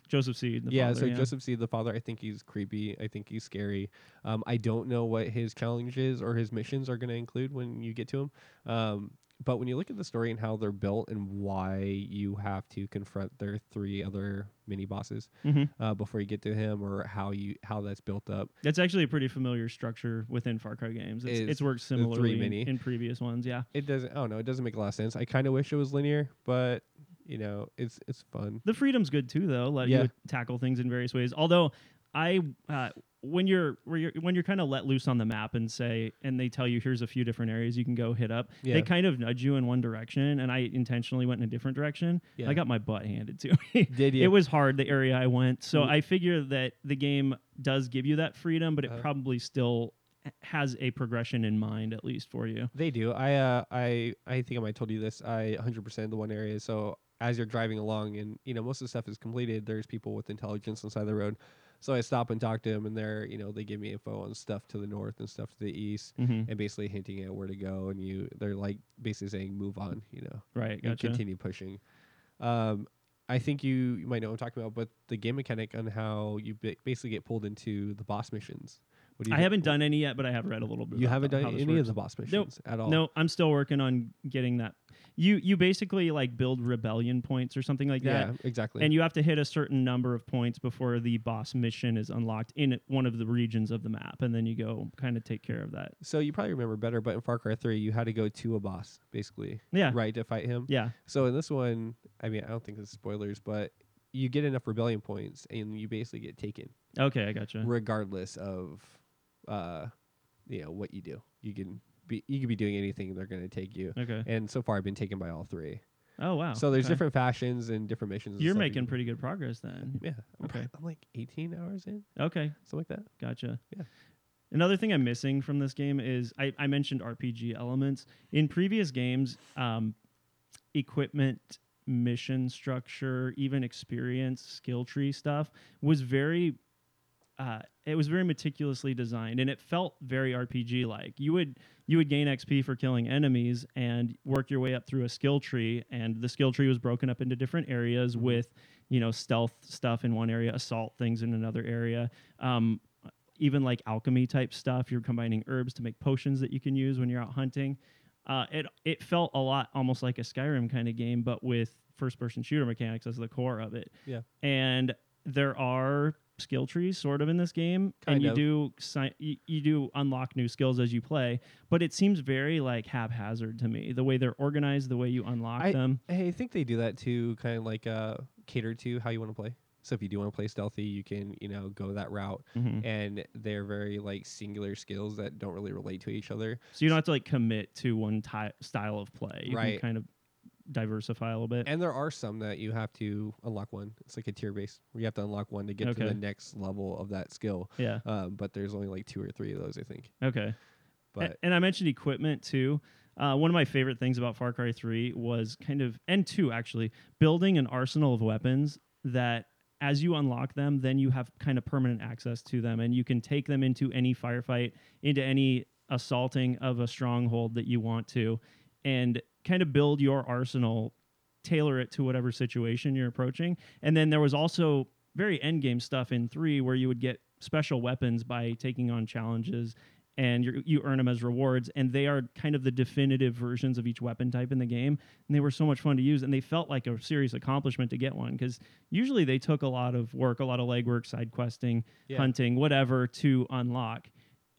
Speaker 3: Joseph Seed. The
Speaker 5: yeah,
Speaker 3: father,
Speaker 5: so Joseph C. the father, I think he's creepy. I think he's scary. Um, I don't know what his challenges or his missions are going to include when you get to him. Um, but when you look at the story and how they're built and why you have to confront their three other mini bosses
Speaker 3: Mhm.
Speaker 5: uh, before you get to him, or how you how that's built up,
Speaker 3: That's actually a pretty familiar structure within Far Cry games. It's,
Speaker 5: Is
Speaker 3: it's worked
Speaker 5: the three
Speaker 3: similarly in-
Speaker 5: mini.
Speaker 3: in, previous ones. Yeah,
Speaker 5: it doesn't. I don't know. It doesn't make a lot of sense. I kind of wish it was linear, but you know, it's it's fun.
Speaker 3: the freedom's good too, though. Let
Speaker 5: Yeah.
Speaker 3: you tackle things in various ways. Although I, uh, when you're when you're, when you're kind of let loose on the map and say, and they tell you here's a few different areas you can go hit up,
Speaker 5: Yeah.
Speaker 3: they kind of nudge you in one direction, and I intentionally went in a different direction.
Speaker 5: Yeah.
Speaker 3: I got my butt handed to me.
Speaker 5: Did ya? Mm.
Speaker 3: It was hard the area I went, so I figure that the game does give you that freedom, but it
Speaker 5: Uh-huh.
Speaker 3: probably still has a progression in mind at least for you.
Speaker 5: They do. I uh, I I think I might told you this. I 100% the one area. So as you're driving along, and you know most of the stuff is completed. There's people with intelligence on the side of the road. So I stop and talk to them, and they're you know they give me info on stuff to the north and stuff to the east,
Speaker 3: Mhm.
Speaker 5: and basically hinting at where to go. And you they're like basically saying move on, you know,
Speaker 3: Right,
Speaker 5: and
Speaker 3: gotcha.
Speaker 5: continue pushing. Um, I think you, you might know what I'm talking about, but the game mechanic on how you ba- basically get pulled into the boss missions. What do
Speaker 3: I
Speaker 5: thi-
Speaker 3: haven't done any yet, but I have read a little bit.
Speaker 5: You
Speaker 3: about
Speaker 5: haven't
Speaker 3: th-
Speaker 5: done
Speaker 3: how this
Speaker 5: any
Speaker 3: works.
Speaker 5: of the boss missions at all.
Speaker 3: No, I'm still working on getting that. You you basically like build rebellion points or something like that.
Speaker 5: Yeah, exactly.
Speaker 3: And you have to hit a certain number of points before the boss mission is unlocked in one of the regions of the map, and then you go kind of take care of that.
Speaker 5: So you probably remember better, but in Far Cry 3, you had to go to a boss, basically.
Speaker 3: Yeah.
Speaker 5: Right, to fight him.
Speaker 3: Yeah,
Speaker 5: So in this one, I mean, I don't think this is spoilers, but you get enough rebellion points and you basically get taken,
Speaker 3: okay, I gotcha.
Speaker 5: regardless of, uh, you know, what you do. You can be you could be doing anything, they're going to take you.
Speaker 3: Okay.
Speaker 5: And so far, I've been taken by all three.
Speaker 3: Oh wow.
Speaker 5: so there's
Speaker 3: okay.
Speaker 5: different fashions and different missions. and
Speaker 3: You're
Speaker 5: stuff you
Speaker 3: making
Speaker 5: can-
Speaker 3: pretty good progress then.
Speaker 5: Yeah. I'm,
Speaker 3: Okay.
Speaker 5: prob- I'm like 18 hours in,
Speaker 3: Okay,
Speaker 5: something like that.
Speaker 3: Gotcha.
Speaker 5: Yeah.
Speaker 3: Another thing I'm missing from this game is I, I mentioned RPG elements. In previous games, um, equipment, mission structure, even experience, skill tree stuff was very uh, it was very meticulously designed and it felt very RPG like. You would you would gain XP for killing enemies and work your way up through a skill tree and the skill tree was broken up into different areas with, you know, stealth stuff in one area, assault things in another area. Um, even like alchemy type stuff, you're combining herbs to make potions that you can use when you're out hunting. Uh, it it felt a lot almost like a Skyrim kind of game, but with first person shooter mechanics as the core of it
Speaker 5: Yeah.
Speaker 3: and there are skill trees sort of in this game
Speaker 5: Kind
Speaker 3: and you
Speaker 5: of.
Speaker 3: do si- you, you do unlock new skills as you play but it seems very like haphazard to me the way they're organized the way you unlock
Speaker 5: I,
Speaker 3: them
Speaker 5: I think they do that to kind of like uh, cater to how you want to play. So if you do want to play stealthy, you can you know go that route,
Speaker 3: Mm-hmm. Mm.
Speaker 5: and they're very like singular skills that don't really relate to each other.
Speaker 3: so you don't have to like commit to one ty- style of play you
Speaker 5: Right.
Speaker 3: can kind of diversify a little bit
Speaker 5: And there are some that you have to unlock one. It's like a tier base where you have to unlock one to get to the
Speaker 3: Okay.
Speaker 5: next level of that skill.
Speaker 3: yeah
Speaker 5: Um, but there's only like two or three of those, I think.
Speaker 3: okay A-
Speaker 5: But
Speaker 3: and I mentioned equipment too. Uh, one of my favorite things about Far Cry 3 was kind of, and 2 actually, building an arsenal of weapons that as you unlock them, then you have kind of permanent access to them and you can take them into any firefight, into any assaulting of a stronghold that you want to, and kind of build your arsenal tailor it to whatever situation you're approaching. And then there was also very end game stuff in three where you would get special weapons by taking on challenges and you you earn them as rewards and they are kind of the definitive versions of each weapon type in the game and they were so much fun to use and they felt like a serious accomplishment to get one because usually they took a lot of work a lot of legwork side questing
Speaker 5: Yeah.
Speaker 3: hunting whatever to unlock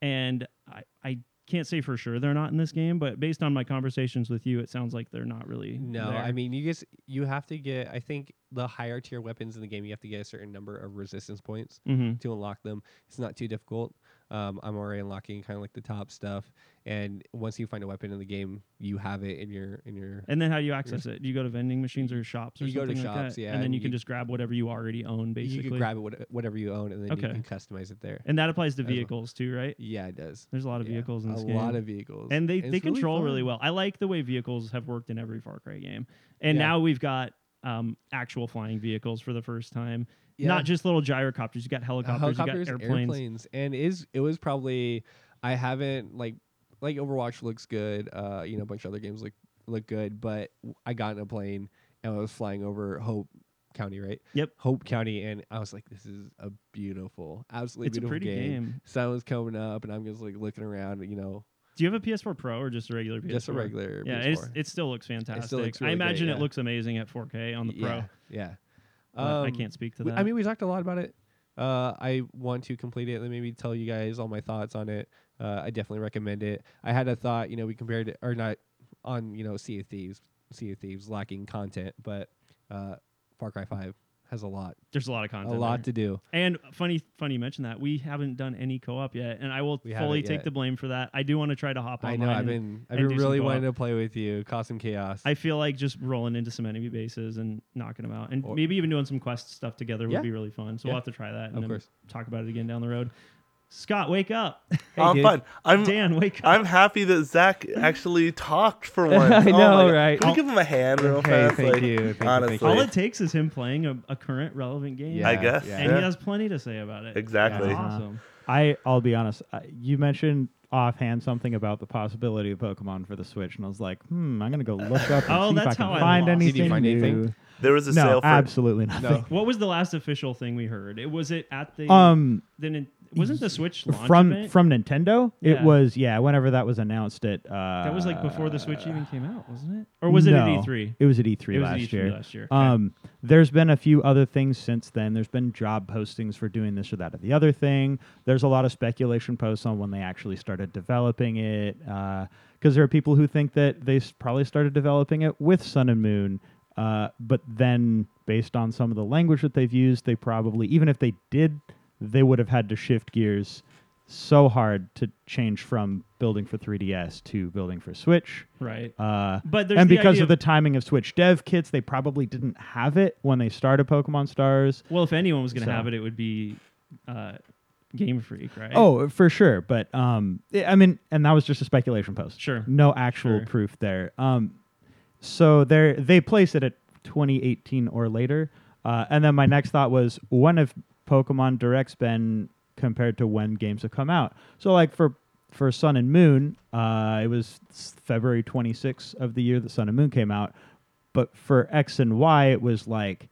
Speaker 3: and I, I can't say for sure they're not in this game but based on my conversations with you it sounds like they're not really
Speaker 5: no,
Speaker 3: there.
Speaker 5: I mean you guys you have to get. I think the higher tier weapons in the game, you have to get a certain number of resistance points.
Speaker 3: Mhm.
Speaker 5: to unlock them. It's not too difficult. um, I'm already unlocking kind of like the top stuff. And once you find a weapon in the game, you have it in your in your
Speaker 3: And then how do you access it? Do you go to vending machines or shops or
Speaker 5: You go to
Speaker 3: something like
Speaker 5: shops,
Speaker 3: that?
Speaker 5: yeah,
Speaker 3: And then
Speaker 5: and
Speaker 3: you can
Speaker 5: you-
Speaker 3: just grab whatever you already own, basically.
Speaker 5: you can grab it what- whatever you own, and then you
Speaker 3: Okay.
Speaker 5: can customize it there.
Speaker 3: and that applies to
Speaker 5: well.
Speaker 3: vehicles too, right?
Speaker 5: Yeah, it does.
Speaker 3: There's a lot of
Speaker 5: Yeah,
Speaker 3: vehicles in this
Speaker 5: a
Speaker 3: game.
Speaker 5: lot of vehicles,
Speaker 3: and they,
Speaker 5: It's
Speaker 3: they control
Speaker 5: fun.
Speaker 3: really well. I like the way vehicles have worked in every Far Cry game, and
Speaker 5: Yeah.
Speaker 3: now we've got um, actual flying vehicles for the first time.
Speaker 5: Yeah.
Speaker 3: Not just little gyrocopters. You got
Speaker 5: Uh,
Speaker 3: helicopters.
Speaker 5: helicopters,
Speaker 3: you got airplanes.
Speaker 5: airplanes, and is it was probably I haven't like like Overwatch looks good. Uh, you know, a bunch of other games look look good, but w- I got in a plane and I was flying over Hope County, right?
Speaker 3: Yep.
Speaker 5: Hope County, and I was like, this is a beautiful, absolutely
Speaker 3: It's a
Speaker 5: beautiful
Speaker 3: pretty game.
Speaker 5: Sun was coming up, and I'm just like looking around, you know,
Speaker 3: Do you have a PS4 Pro or just a regular PS4?
Speaker 5: just a regular.
Speaker 3: Yeah,
Speaker 5: PS4.
Speaker 3: it's, it still looks fantastic.
Speaker 5: looks really
Speaker 3: I
Speaker 5: great,
Speaker 3: imagine
Speaker 5: yeah.
Speaker 3: it looks amazing at 4K on the Pro.
Speaker 5: yeah, yeah.
Speaker 3: but I
Speaker 5: Um,
Speaker 3: can't speak to
Speaker 5: We-
Speaker 3: that.
Speaker 5: I mean, we talked a lot about it. Uh, I want to complete it and maybe tell you guys all my thoughts on it. Uh, I definitely recommend it. I had a thought, you know, we compared it or not on, you know, Sea of Thieves, Sea of Thieves lacking content, but uh, Far Cry Five has a lot,
Speaker 3: there's a lot of content.
Speaker 5: a lot
Speaker 3: there.
Speaker 5: to do.
Speaker 3: And funny, funny you mentioned that we haven't done any co-op yet, and I will
Speaker 5: We
Speaker 3: fully
Speaker 5: haven't
Speaker 3: take
Speaker 5: yet.
Speaker 3: the blame for that. I do want to try to hop
Speaker 5: I
Speaker 3: online.
Speaker 5: know. I've
Speaker 3: and-
Speaker 5: been, I've
Speaker 3: and
Speaker 5: been
Speaker 3: do some
Speaker 5: really
Speaker 3: co-op.
Speaker 5: wanting to play with you, cause some chaos.
Speaker 3: I feel like just rolling into some enemy bases and knocking them out, and
Speaker 5: Or-
Speaker 3: maybe even doing some quest stuff together would
Speaker 5: Yeah.
Speaker 3: be really fun. So
Speaker 5: Yeah.
Speaker 3: we'll have to try that and
Speaker 5: Of
Speaker 3: then
Speaker 5: course.
Speaker 3: talk about it again down the road. Scott, wake up!
Speaker 4: I'm
Speaker 5: dude.
Speaker 4: fine. I'm
Speaker 3: Dan, wake up!
Speaker 4: I'm happy that Zach actually talked for once.
Speaker 5: I
Speaker 4: Oh my
Speaker 5: know,
Speaker 4: God.
Speaker 5: right?
Speaker 4: Can we give him a hand real
Speaker 5: Okay,
Speaker 4: fast?
Speaker 5: thank
Speaker 4: Like,
Speaker 5: you, thank you,
Speaker 4: honestly,
Speaker 5: thank
Speaker 3: All
Speaker 5: you.
Speaker 3: it takes is him playing a, a current relevant game,
Speaker 5: Yeah,
Speaker 4: I guess.
Speaker 5: yeah.
Speaker 3: and
Speaker 4: yeah.
Speaker 3: he has plenty to say about it.
Speaker 4: Exactly.
Speaker 3: That's awesome.
Speaker 2: I I'll be honest. I, you mentioned offhand something about the possibility of Pokemon for the Switch, and I was like, hmm, I'm gonna go look up and
Speaker 3: Oh,
Speaker 2: see if
Speaker 3: that's
Speaker 2: I can
Speaker 3: how I
Speaker 2: find
Speaker 3: lost.
Speaker 5: Did
Speaker 2: anything.
Speaker 5: you find
Speaker 2: new.
Speaker 5: anything?
Speaker 4: There was a
Speaker 2: No,
Speaker 4: sale for
Speaker 2: absolutely nothing.
Speaker 3: What was the last official thing we heard? It was it at the
Speaker 2: Um,
Speaker 3: the Nin- wasn't the Switch launch
Speaker 2: from
Speaker 3: event?
Speaker 2: from Nintendo, it
Speaker 3: Yeah.
Speaker 2: was yeah. Whenever that was announced, it uh,
Speaker 3: that was like before the Switch even came out, wasn't it? Or was it at
Speaker 2: no,
Speaker 3: E3?
Speaker 2: It was at E3
Speaker 3: It was at
Speaker 2: last
Speaker 3: E3
Speaker 2: year.
Speaker 3: last year. Okay.
Speaker 2: Um, there's been a few other things since then. There's been job postings for doing this or that or the other thing. There's a lot of speculation posts on when they actually started developing it, because there are people who think that they s- probably started developing it with Sun and Moon, uh, but then based on some of the language that they've used, they probably even if they did, they would have had to shift gears so hard to change from building for 3DS to building for Switch.
Speaker 3: Right.
Speaker 2: Uh,
Speaker 3: But there's
Speaker 2: and
Speaker 3: the
Speaker 2: because
Speaker 3: idea
Speaker 2: of the
Speaker 3: of-
Speaker 2: timing of Switch dev kits, they probably didn't have it when they started Pokemon Stars.
Speaker 3: Well, if anyone was going to
Speaker 2: So-
Speaker 3: have it, it would be uh, Game Freak, right?
Speaker 2: Oh, for sure. But um, I- I mean, and that was just a speculation post.
Speaker 3: Sure.
Speaker 2: No actual
Speaker 3: Sure.
Speaker 2: proof there. Um, so they they place it at 2018 or later. Uh, and then my next thought was, when have Pokemon Directs been compared to when games have come out? So like for for Sun and Moon, uh, it was s- February 26th of the year that Sun and Moon came out. But for X and Y, it was like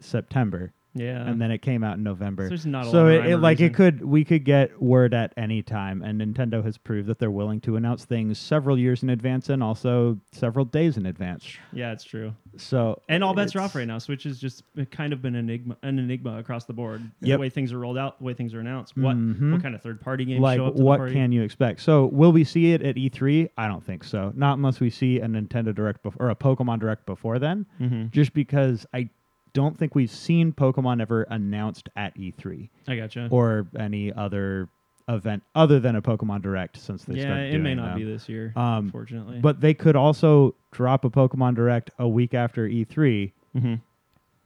Speaker 2: September
Speaker 3: yeah.
Speaker 2: and then it came out in November.
Speaker 3: So there's not a
Speaker 2: so
Speaker 3: lot of
Speaker 2: it,
Speaker 3: rhyme
Speaker 2: it
Speaker 3: or
Speaker 2: like
Speaker 3: reason.
Speaker 2: it could we could get word at any time, and Nintendo has proved that they're willing to announce things several years in advance and also several days in advance.
Speaker 3: yeah, it's true.
Speaker 2: So
Speaker 3: And all bets are off
Speaker 2: it's-
Speaker 3: right now. Switch has just uh, kind of been an enigma, an enigma across the board. The
Speaker 2: Yep.
Speaker 3: way things are rolled out, the way things are announced. What
Speaker 2: Mhm.
Speaker 3: what kind of third party games
Speaker 2: Like
Speaker 3: show up to the
Speaker 2: what
Speaker 3: party?
Speaker 2: can you expect? So will we see it at E3? I don't think so. Not unless we see a Nintendo Direct bef- or a Pokemon Direct before then.
Speaker 3: Mm-hmm.
Speaker 2: Just because I don't think we've seen Pokemon ever announced at E3
Speaker 3: I gotcha.
Speaker 2: or any other event other than a Pokemon Direct since they
Speaker 3: yeah,
Speaker 2: started
Speaker 3: it may
Speaker 2: doing
Speaker 3: not
Speaker 2: them.
Speaker 3: be this year,
Speaker 2: Um,
Speaker 3: unfortunately.
Speaker 2: But they could also drop a Pokemon Direct a week after E3
Speaker 3: Mhm.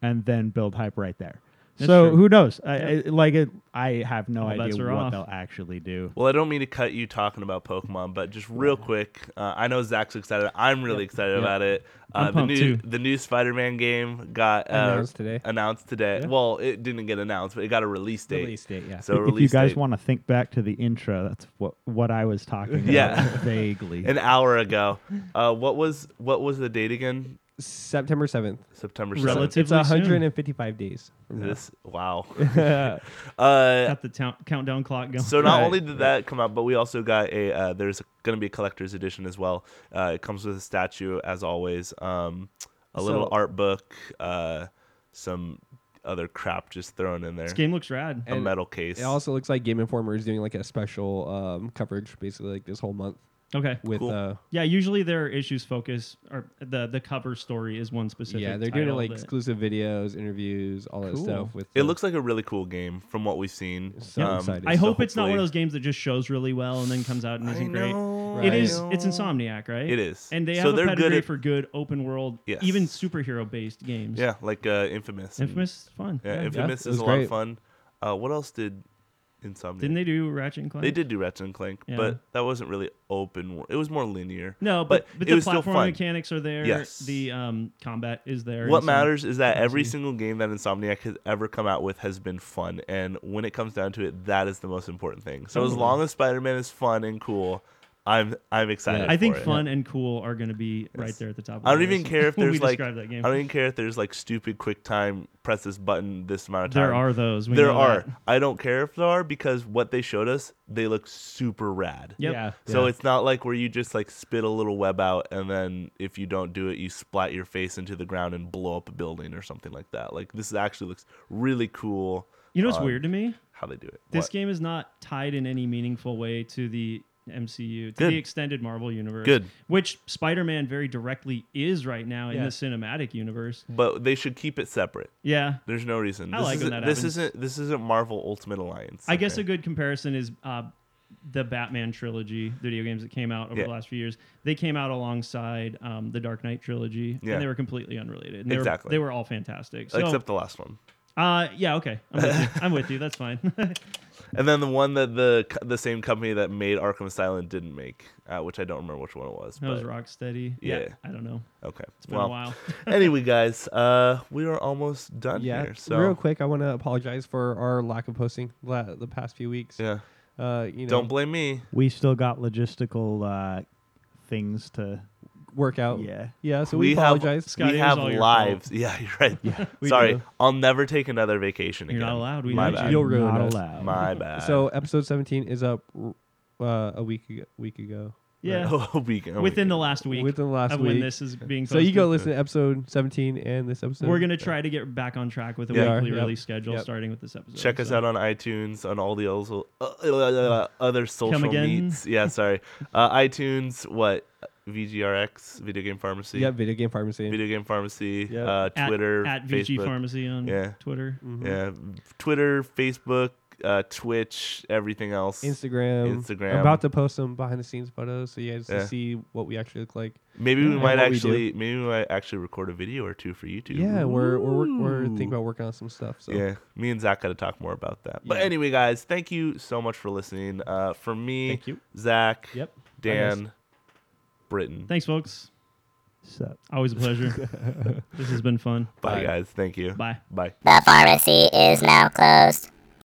Speaker 2: and then build hype right there.
Speaker 3: That's
Speaker 2: so
Speaker 3: true.
Speaker 2: who knows? I, I, like it, I have no
Speaker 3: All bets
Speaker 2: idea
Speaker 3: are
Speaker 2: what
Speaker 3: off.
Speaker 2: they'll actually do.
Speaker 4: Well, I don't mean to cut you talking about Pokemon, but just real quick, uh, I know Zach's excited. I'm really excited about it. Uh,
Speaker 3: I'm
Speaker 4: the
Speaker 3: pumped,
Speaker 4: new
Speaker 3: too.
Speaker 4: the new Spider-Man game got uh,
Speaker 5: Announced today.
Speaker 4: Announced today. Well, it didn't get announced, but it got a release date.
Speaker 5: Release date, yeah.
Speaker 4: So
Speaker 2: if
Speaker 4: release
Speaker 2: you guys
Speaker 4: date
Speaker 2: want to think back to the intro, that's what what I was talking about
Speaker 4: Yeah.
Speaker 2: vaguely.
Speaker 4: an hour ago. Uh, what was what was the date again?
Speaker 5: September seventh.
Speaker 4: September
Speaker 3: Relative-
Speaker 4: 7th.
Speaker 5: It's
Speaker 3: Relatively soon.
Speaker 5: 155 days. From now.
Speaker 4: This wow. uh,
Speaker 3: got the town countdown clock going.
Speaker 4: So not
Speaker 5: Right,
Speaker 4: only did that come out, but we also got a uh, there's going to be a collector's edition as well. Uh, it comes with a statue as always, um, a little
Speaker 5: So-
Speaker 4: art book, uh, some other crap just thrown in there,
Speaker 3: this game looks rad.
Speaker 4: a metal case.
Speaker 5: It also looks like Game Informer is doing like a special um, coverage, basically like this whole month.
Speaker 3: Okay.
Speaker 5: with
Speaker 4: Cool.
Speaker 5: uh
Speaker 3: Yeah, usually their issues focus or the the cover story is one specific.
Speaker 5: yeah they're doing
Speaker 3: title
Speaker 5: like
Speaker 3: that-
Speaker 5: exclusive videos, interviews, all that
Speaker 2: Cool.
Speaker 5: stuff. With
Speaker 4: It
Speaker 5: the-
Speaker 4: looks like a really cool game from what we've seen. Um,
Speaker 5: So excited.
Speaker 3: I
Speaker 5: So
Speaker 3: hope it's not one of
Speaker 4: hopefully-
Speaker 3: those games that just shows really well and then comes out and
Speaker 4: I
Speaker 3: isn't
Speaker 4: know,
Speaker 3: great. It
Speaker 5: I
Speaker 3: is.
Speaker 4: know.
Speaker 3: It's Insomniac, right?
Speaker 4: It is.
Speaker 3: And they
Speaker 4: So
Speaker 3: have
Speaker 4: they're
Speaker 3: a
Speaker 4: good
Speaker 3: pedigree
Speaker 4: at-
Speaker 3: for good open world,
Speaker 4: Yes.
Speaker 3: even superhero based games.
Speaker 4: Yeah, like uh, Infamous. and-
Speaker 3: Infamous, fun.
Speaker 4: Yeah, Infamous
Speaker 5: it
Speaker 4: is
Speaker 5: was
Speaker 4: a lot
Speaker 5: great.
Speaker 4: of fun. Uh, what else did Insomniac?
Speaker 3: Didn't they do Ratchet and Clank?
Speaker 4: They did do Ratchet and Clank,
Speaker 3: Yeah.
Speaker 4: but that wasn't really open. wor- It was more linear.
Speaker 3: No, but but,
Speaker 4: it
Speaker 3: the
Speaker 4: was still
Speaker 3: platform
Speaker 4: fun.
Speaker 3: mechanics are there.
Speaker 4: Yes.
Speaker 3: The um, combat is there.
Speaker 4: What
Speaker 3: and so-
Speaker 4: matters is that every
Speaker 3: see.
Speaker 4: single game that Insomniac has ever come out with has been fun, and when it comes down to it, that is the most important thing. So as
Speaker 3: Totally.
Speaker 4: long as Spider-Man is fun and cool, I'm I'm excited.
Speaker 5: Yeah.
Speaker 3: I think
Speaker 4: for it.
Speaker 3: fun and cool are going to be right
Speaker 4: Yes.
Speaker 3: there at the top. Of
Speaker 4: I don't
Speaker 3: the
Speaker 4: even
Speaker 3: list
Speaker 4: care if
Speaker 3: when we
Speaker 4: there's like I
Speaker 3: describe that game.
Speaker 4: don't even care if there's like stupid quick time press this button this amount of time.
Speaker 3: there are those. we
Speaker 4: there
Speaker 3: know
Speaker 4: are.
Speaker 3: that.
Speaker 4: I don't care if there are because what they showed us, they look super rad.
Speaker 3: Yep.
Speaker 5: yeah.
Speaker 4: So
Speaker 5: yeah.
Speaker 4: it's not like where you just like spit a little web out and then if you don't do it, you splat your face into the ground and blow up a building or something like that. Like this actually looks really cool.
Speaker 3: You know what's
Speaker 4: on
Speaker 3: weird to me?
Speaker 4: How they do it.
Speaker 3: This
Speaker 4: What?
Speaker 3: game is not tied in any meaningful way to the MCU, to
Speaker 4: Good.
Speaker 3: the extended Marvel universe.
Speaker 4: Good.
Speaker 3: Which Spider Man very directly is right now in
Speaker 5: Yeah.
Speaker 3: the cinematic universe.
Speaker 4: But they should keep it separate.
Speaker 3: Yeah.
Speaker 4: There's no reason.
Speaker 3: I
Speaker 4: this
Speaker 3: like when
Speaker 4: isn't,
Speaker 3: that
Speaker 4: this
Speaker 3: happens.
Speaker 4: isn't this isn't Marvel Ultimate Alliance.
Speaker 3: I guess
Speaker 4: okay?
Speaker 3: a good comparison is uh, the Batman trilogy video games that came out over
Speaker 4: Yeah.
Speaker 3: the last few years. They came out alongside um, the Dark Knight trilogy,
Speaker 4: Yeah.
Speaker 3: and they were completely unrelated. And they
Speaker 4: Exactly.
Speaker 3: Were, they were all fantastic. So,
Speaker 4: except the last one.
Speaker 3: uh, yeah, okay. I'm with you. I'm with you. That's fine.
Speaker 4: And then the one that the co- the same company that made Arkham Asylum didn't make, uh, which I don't remember which one it was.
Speaker 3: that was
Speaker 4: but-
Speaker 3: Rocksteady.
Speaker 4: Yeah.
Speaker 3: I don't know.
Speaker 4: Okay.
Speaker 3: It's been
Speaker 4: well,
Speaker 3: a while.
Speaker 4: anyway, guys, uh, we are almost done
Speaker 5: yeah.
Speaker 4: here. So
Speaker 5: Real quick, I want to apologize for our lack of posting la- the past few weeks.
Speaker 4: yeah,
Speaker 5: Uh, you know,
Speaker 4: don't blame me.
Speaker 2: We still got logistical uh, things to.
Speaker 5: work
Speaker 4: Oh.
Speaker 5: out.
Speaker 2: Yeah.
Speaker 5: yeah. So
Speaker 4: we,
Speaker 5: we,
Speaker 4: have
Speaker 5: apologize.
Speaker 3: Scott, it
Speaker 4: we
Speaker 3: was
Speaker 4: have
Speaker 3: all your
Speaker 4: lives. Yeah, you're right.
Speaker 5: we
Speaker 4: Sorry,
Speaker 5: do.
Speaker 4: I'll never take another vacation
Speaker 3: You're
Speaker 4: again.
Speaker 3: not allowed. We
Speaker 4: My
Speaker 3: know
Speaker 4: bad.
Speaker 5: You'll ruin
Speaker 2: not
Speaker 5: us.
Speaker 2: allowed.
Speaker 4: My bad.
Speaker 5: So episode 17 is up uh, a week ago, week ago.
Speaker 3: Yeah.
Speaker 4: a week, a
Speaker 3: Within
Speaker 4: week.
Speaker 3: the last week
Speaker 5: Within the last
Speaker 3: of when
Speaker 5: week.
Speaker 3: this is being
Speaker 5: So you go
Speaker 3: posted.
Speaker 5: listen to episode 17 and this episode.
Speaker 3: We're gonna try to get back on track with a
Speaker 4: Yeah.
Speaker 5: We are,
Speaker 3: weekly
Speaker 5: yep.
Speaker 3: release schedule,
Speaker 5: Yep.
Speaker 3: starting with this episode.
Speaker 4: Check us
Speaker 3: so.
Speaker 4: out on iTunes on all the also, uh, uh, uh, other social
Speaker 3: again?
Speaker 4: meets. Yeah, sorry. Uh, iTunes, what? VGRX, Video Game Pharmacy.
Speaker 5: Yeah, video game pharmacy.
Speaker 4: Video Game Pharmacy.
Speaker 5: Yep.
Speaker 4: Uh,
Speaker 3: At-
Speaker 4: Twitter.
Speaker 3: at, VG
Speaker 4: Facebook.
Speaker 3: Pharmacy on
Speaker 4: Yeah.
Speaker 3: Twitter.
Speaker 5: Mm-hmm.
Speaker 4: Yeah, Twitter, Facebook, uh, Twitch, everything else.
Speaker 5: Instagram.
Speaker 4: Instagram.
Speaker 5: I'm about to post some behind the scenes photos so you guys
Speaker 4: Yeah.
Speaker 5: can see what we actually look like.
Speaker 4: Maybe we
Speaker 5: Yeah.
Speaker 4: might
Speaker 5: What we
Speaker 4: actually, maybe we might actually record a video or two for YouTube.
Speaker 5: Yeah, we're we're work- we're
Speaker 4: Ooh.
Speaker 5: thinking about working on some stuff. So
Speaker 4: Yeah, me and Zach got to talk more about that. But
Speaker 3: Yeah.
Speaker 4: anyway, guys, thank you so much for listening. Uh, for me,
Speaker 5: Thank you.
Speaker 4: Zach,
Speaker 5: Yep.
Speaker 4: Dan, Britain.
Speaker 3: Thanks, folks.
Speaker 2: So.
Speaker 3: Always a pleasure. this has been fun.
Speaker 4: Bye, guys. Thank you.
Speaker 3: Bye.
Speaker 4: Bye.
Speaker 6: The pharmacy is now closed.